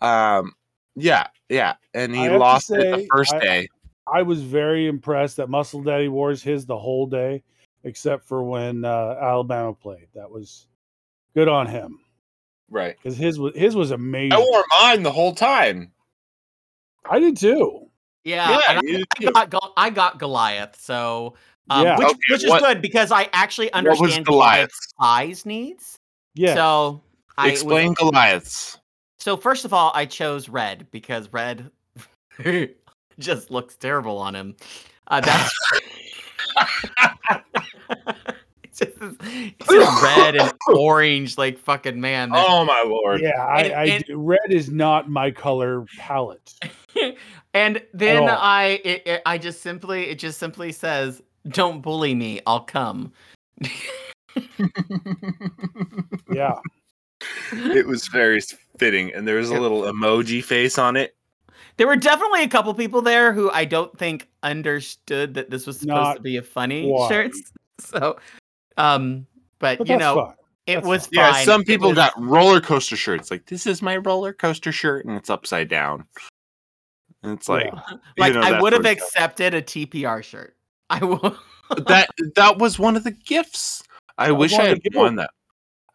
um, yeah, yeah, and I he have to lost it the say, first I- day. I was very impressed that Muscle Daddy wore his the whole day, except for when uh, Alabama played. That was good on him Right, because his was his was amazing. I wore mine the whole time. I did too. Yeah. and I- you I too. got, Gol- I got Goliath, so um, Yeah. which, Okay, which is what- good because I actually what was understand Goliath? Goliath's size needs. Yeah, So I was- Explain Goliaths. so first of all, I chose red because red just looks terrible on him. Uh, that's just this he's a red and orange, like fucking man. that- Oh my lord. Yeah, I, And- I and- do- red is not my color palette. and then all. I, it, it, I just simply, it just simply says, "Don't bully me. I'll come." Yeah, It was very fitting, and there was a little emoji face on it. There were definitely a couple people there who I don't think understood that this was supposed to Not be a funny one. shirts. So, um, but, but you that's know, fine. it that's was Yeah, fine. some It people was- got roller coaster shirts. Like this is my roller coaster shirt, and it's upside down. And it's like, Yeah. you like know, I that would have sort of stuff. accepted a TPR shirt. I will. that that was one of the gifts. I was wish one I of had the won that.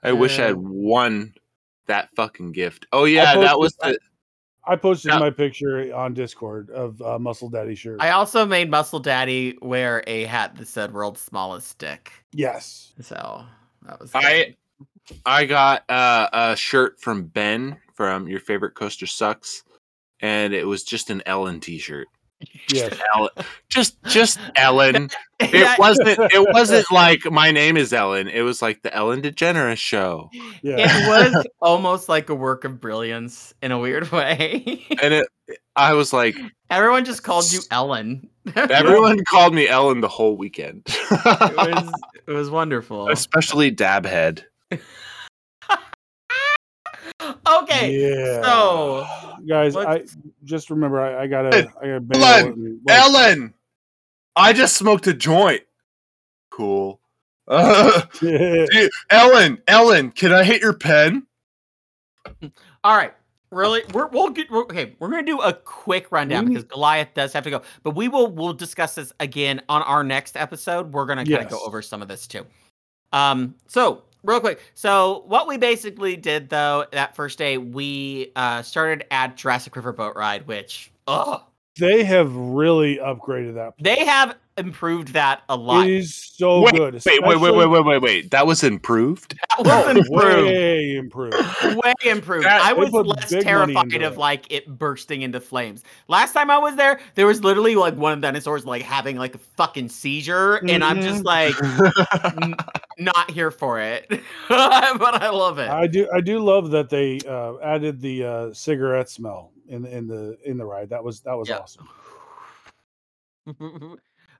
I wish I Yeah. had won that fucking gift. Oh yeah, that posted was that. the, I posted Yeah. my picture on Discord of uh, Muscle Daddy shirt. I also made Muscle Daddy wear a hat that said "World's Smallest Stick," yes. so that was. I- good. I got uh, a shirt from Ben from your favorite coaster sucks, and it was just an Ellen T-shirt. Yes. Ellen, just just Ellen. Yeah, It wasn't it wasn't like my name is Ellen. It was like the Ellen DeGeneres show, Yeah. it was almost like a work of brilliance in a weird way. and it. I was like, Everyone just called you Ellen. everyone called me Ellen the whole weekend, it was it was wonderful. especially Dabhead. Okay. yeah. so, guys, I what's- just remember I, I gotta. Hey, I gotta Ellen, and- Ellen, I just smoked a joint. Cool. Dude, Ellen, Ellen, can I hit your pen? All right. Really, we're, we'll get we're, okay. We're gonna do a quick rundown Mhm. because Goliath does have to go, but we will we'll discuss this again on our next episode. We're gonna kind of go Yes. over some of this too. Um. So real quick. So what we basically did though that first day, we uh started at Jurassic River Boat Ride, which oh they have really upgraded that. they place. have improved that a lot. It is so Wait, good. Wait, wait, wait, wait, wait, wait, wait. That was improved. That was especially- improved. Way improved. way improved. That- I they was put less big money terrified into of it. like it bursting into flames. Last time I was there, there was literally like one of the dinosaurs like having like a fucking seizure, and I'm just like Mm-hmm. n- not here for it. but I love it. I do I do love that they uh, added the uh, cigarette smell in in the in the ride. That was that was Yeah. awesome.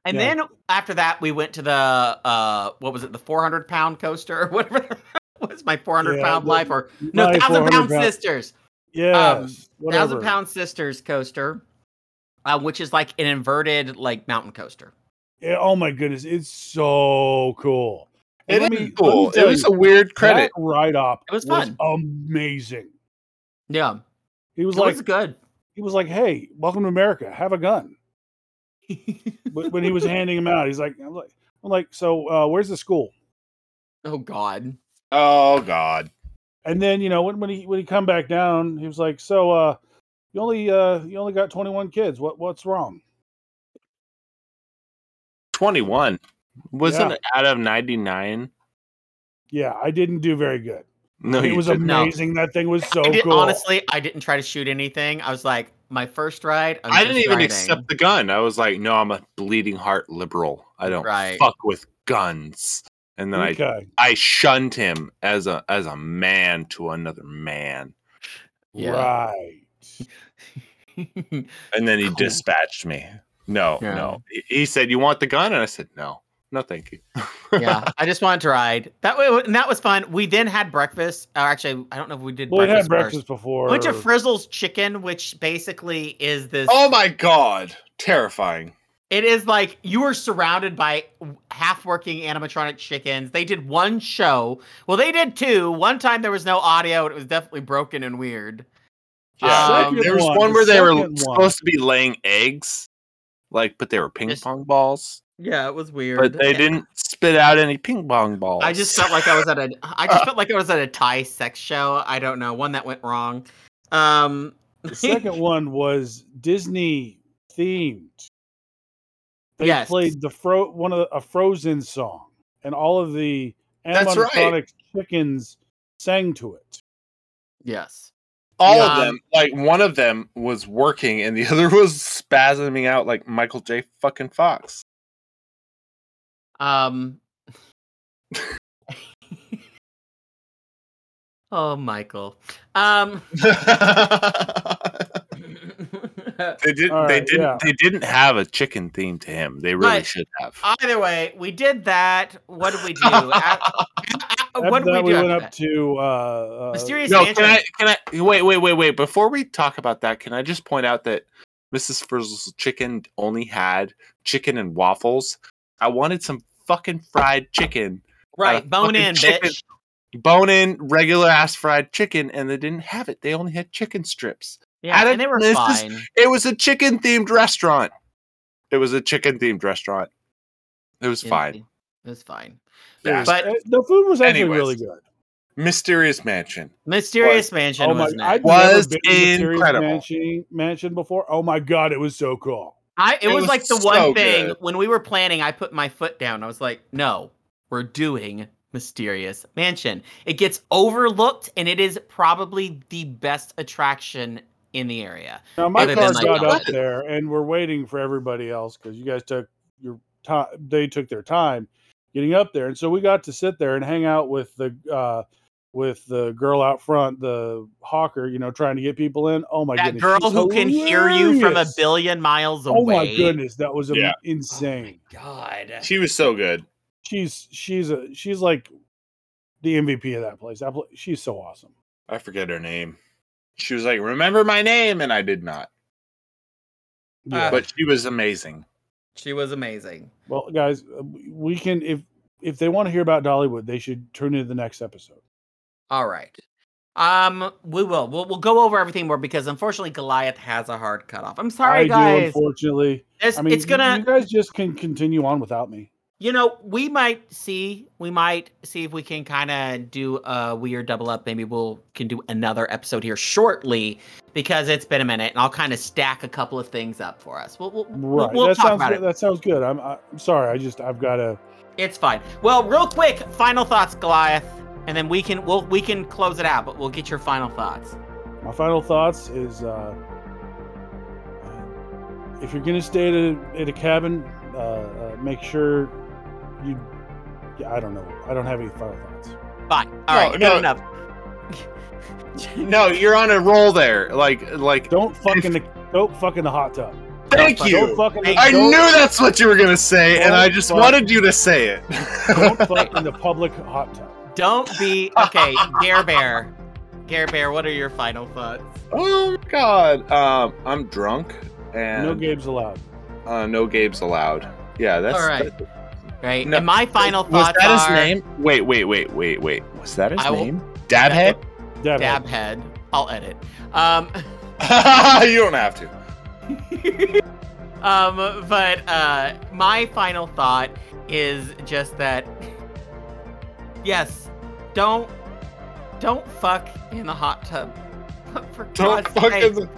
and Yeah. then after that, we went to the uh, what was it, the 400 pound coaster or whatever. that was my 400 Yeah, pound the- life or no My thousand 400 pound pound- sisters? Yes, whatever. Thousand Pound Sisters coaster, uh, which is like an inverted like mountain coaster. Yeah, oh my goodness, it's so cool. And let me- let me It tell was you, a weird that credit. ride up. It was fun. amazing. Yeah, He was it like was good. he was like, "Hey, welcome to America. Have a gun." Wh- when he was handing him out, he's like, "I'm like, I'm like so uh, where's the school?" oh God, Oh God. And then you know when, when he when he come back down, he was like, "So uh, you only uh, you only got twenty one kids. What what's wrong?" Twenty-one. Wasn't Yeah. it out of ninety-nine? Yeah, I didn't do very good. No, it you was didn't. No. amazing. That thing was so I did- cool. honestly, I didn't try to shoot anything. I was like, my first ride. I'm I didn't just even riding. accept the gun. I was like, no, I'm a bleeding heart liberal. I don't Right. fuck with guns. And then I okay. I shunned him as a as a man to another man, Yeah. Right. and then he Cool. dispatched me. No, Yeah. no. He- He said, "You want the gun?" And I said, "No, no, thank you." yeah, I just wanted to ride. That way, and that was fun. We then had breakfast. Or actually, I don't know if we did Well, we breakfast, had breakfast before. first. Went to Frizzle's Chicken, which basically is this. Oh my god, terrifying! It is like you were surrounded by half working animatronic chickens. They did one show. Well, they did two. One time there was no audio, and it was definitely broken and weird. Yeah, Um, there was Second one, one, where the they were second one. supposed to be laying eggs, like, but they were ping Just- pong balls, Yeah, it was weird. but they didn't spit out any ping pong balls. I just felt like I was at a. I just felt like I was at a Thai sex show. I don't know one that went wrong. Um, The second one was Disney themed. They Yes. played the fro one of the, a Frozen song, and all of the That's right. animatronic chickens sang to it. yes. all of Yeah. them like one of them was working and the other was spasming out like michael j fucking fox Um, Oh, Michael. Um, they didn't. All they right, didn't. yeah. They didn't have a chicken theme to him. They really Right. should have. either way, we did that. What did we do? A- a- a- Oh, what After did we do? that, we after went up that? to uh, uh, Mysterious no, Mansion. can I? Can I? Wait, wait, wait, wait. Before we talk about that, can I just point out that Mrs. Frizzle's chicken only had chicken and waffles. I wanted some fucking fried chicken, right, uh, bone fucking in, chicken. bitch. bone in, regular ass fried chicken, and they didn't have it. They only had chicken strips. Yeah, Adam, and they were this is- fine. It was a chicken themed restaurant. It was a chicken themed restaurant. It was Yeah, fine. It was fine. Yeah. But uh, the food was actually Anyways. really good. Mysterious Mansion. Mysterious Mansion oh my! was I'd next. never Was been to Mysterious incredible. Mansion, mansion before. Oh my god, it was so cool. I, it, It was, was like the so one thing good. when we were planning, I put my foot down. I was like, no, we're doing Mysterious Mansion. It gets overlooked, and it is probably the best attraction in the area. Now my Other than, car like, got the up weather. there, and we're waiting for everybody else because you guys took your time. They took their time getting up there, and so we got to sit there and hang out with the uh, with the girl out front, the hawker. You know, trying to get people in. Oh my that goodness, girl she's who can hear you from a hilarious. billion miles away. Oh my goodness, that was am- Yeah. Oh my insane. God. She was so good. She's she's a she's like the MVP of that place. That pla- she's so awesome. I forget her name. She was like, "Remember my name," and I did not. Yeah. But she was amazing. She was amazing. well, guys, uh, we can if if they want to hear about Dollywood, they should tune into the next episode. All right. Um, we will. We'll, we'll go over everything more because unfortunately Goliath has a hard cutoff. I'm sorry, I do, guys. unfortunately. It's, I mean, it's gonna. You guys just can continue on without me. you know we might see we might see if we can kind of do a weird double up maybe we'll can do another episode here shortly because it's been a minute and i'll kind of stack a couple of things up for us we'll, we'll, we'll- Right. we'll that talk sounds about good. it that sounds good. I'm I- I'm sorry. I just I've got to. it's fine well real quick final thoughts goliath and then we can we'll we can close it out but we'll get your final thoughts My final thoughts is uh, if you're going to stay at a, at a cabin, uh, uh, make sure you. yeah, I don't know. I don't have any final thoughts. fine All right. No, no. good enough No, you're on a roll there. Like, like. Don't fuck in the don't fuck in the hot tub. thank Don't you. fuck in the, I don't- knew that's what you were gonna say, and I Don't just fuck. wanted you to say it. Don't fuck in the public hot tub. don't be okay gare bear gare bear what are your final thoughts oh my god. Um, I'm drunk, and No games allowed. uh, no Gabe's allowed. Yeah, that's All right. that- right No, and my final was thoughts that his are- name? Wait, wait, wait, wait, wait. Was that his I will- name? Dabhead? Dab Dabhead. I'll edit. Um, you don't have to. um, but uh, my final thought is just that. Yes, don't don't fuck in the hot tub. For Don't God's fuck sake, in the-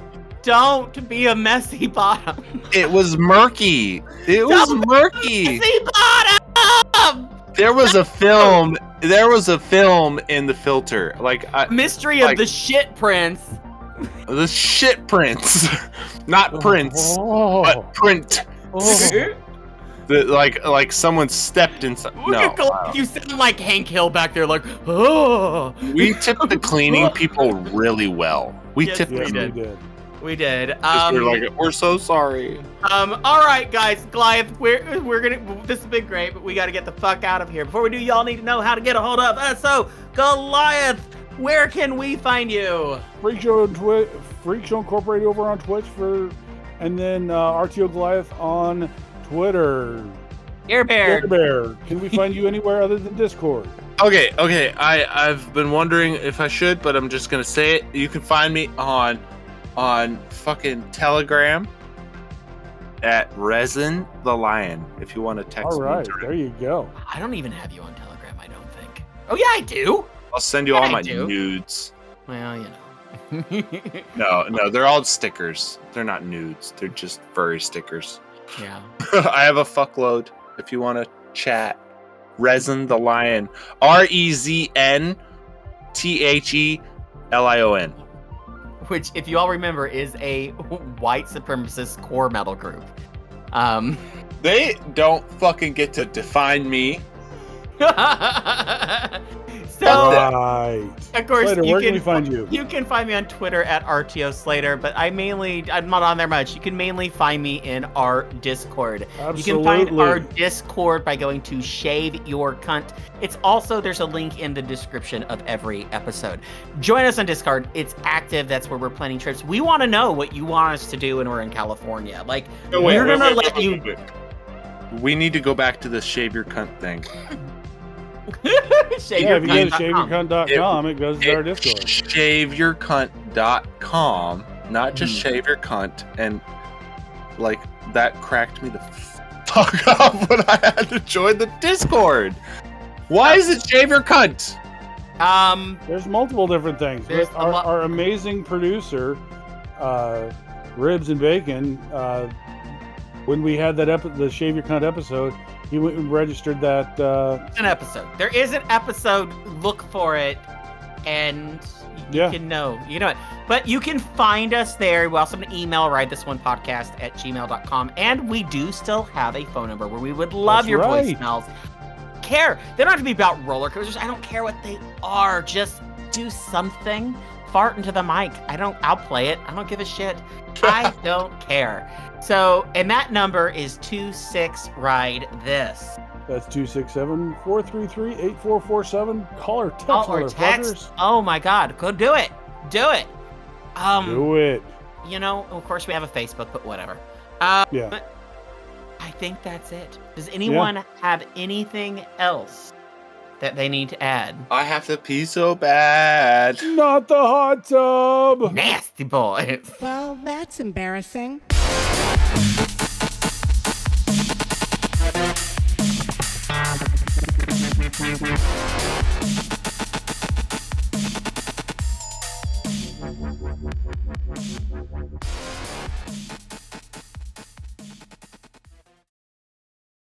Don't be a messy bottom. It was murky. It was Don't- murky. Messy bottom. There was a film. There was a film in the filter. Like I, Mystery of Like- the shit prince. the shit prints, not prints, Oh, but print. The, like like someone stepped inside. Look No, at Goliath, You sound like Hank Hill back there, like oh. we tipped the cleaning people really well. We Yes, tipped we yes, them. we did. did. We did. because Um, we were like, we're so sorry. Um, all right, guys, Goliath, we're we're gonna. This has been great, but we got to get the fuck out of here. Before we do, y'all need to know how to get a hold of us. So, Goliath, where can we find you? Freak Show and Twi- Freak Show Incorporated over on Twitch for, and then uh, RTO Goliath on Twitter. Air Bear. Polar Bear, can we find you anywhere other than Discord? Okay, okay. I I've been wondering if I should, but I'm just gonna say it. You can find me on on fucking Telegram at Resin the Lion if you want to text All right, me. there you go. I don't even have you on Telegram. I don't think. Oh yeah, I do. I'll send you all I my do. nudes. Well, you know. No, no, they're all stickers. They're not nudes. They're just furry stickers. yeah. I have a fuckload if you want to chat. Resin the Lion. R E Z N T H E L I O N. Which, if you all remember, is a white supremacist core metal group. Um. They don't fucking get to define me. so Oh, Right. of course Slater, you where can, can we find you? can find me on Twitter at RTO Slater, but I mainly I'm not on there much. You can mainly find me in our Discord. You can find our Discord by going to Shave Your Cunt. It's also there's a link in the description of every episode. Join us on Discord. It's active. That's where we're planning trips. We want to know what you want us to do when we're in California. Like No, We're gonna let you- wait. We need to go back to the shave your cunt thing. Shave Yeah, Your if you go Cunt. to shaveyourcunt.com, it goes to our It's Discord. shaveyourcunt.com, not just Mhm. shave your cunt. And like that cracked me the fuck up when I had to join the Discord. Why is it shave your cunt? Um, There's multiple different things. There's But a our, lot- our amazing producer, uh, Ribs and Bacon, uh, when we had that epi- the Shave Your Cunt episode, he went and registered that. Uh, an episode. There is an episode. Look for it, and you Yeah. can know. You know it. But you can find us there. We also have an email, right? This one podcast at gmail.com. And we do still have a phone number where we would love That's your right. voicemails. Care. They don't have to be about roller coasters. I don't care what they are. Just do something. Fart into the mic. I don't I'll play it. I don't give a shit. I don't care. So and that number is two six ride this. that's 267 433 8447. Call or text, Call or motherfuckers. text. Oh my God, go do it, do it. Um, Do it. you know, of course we have a Facebook, but whatever. Uh, Yeah. but I think that's it. Does anyone have anything else that they need to add? I have to pee so bad. Not the hot tub. Nasty boys. Well, that's embarrassing.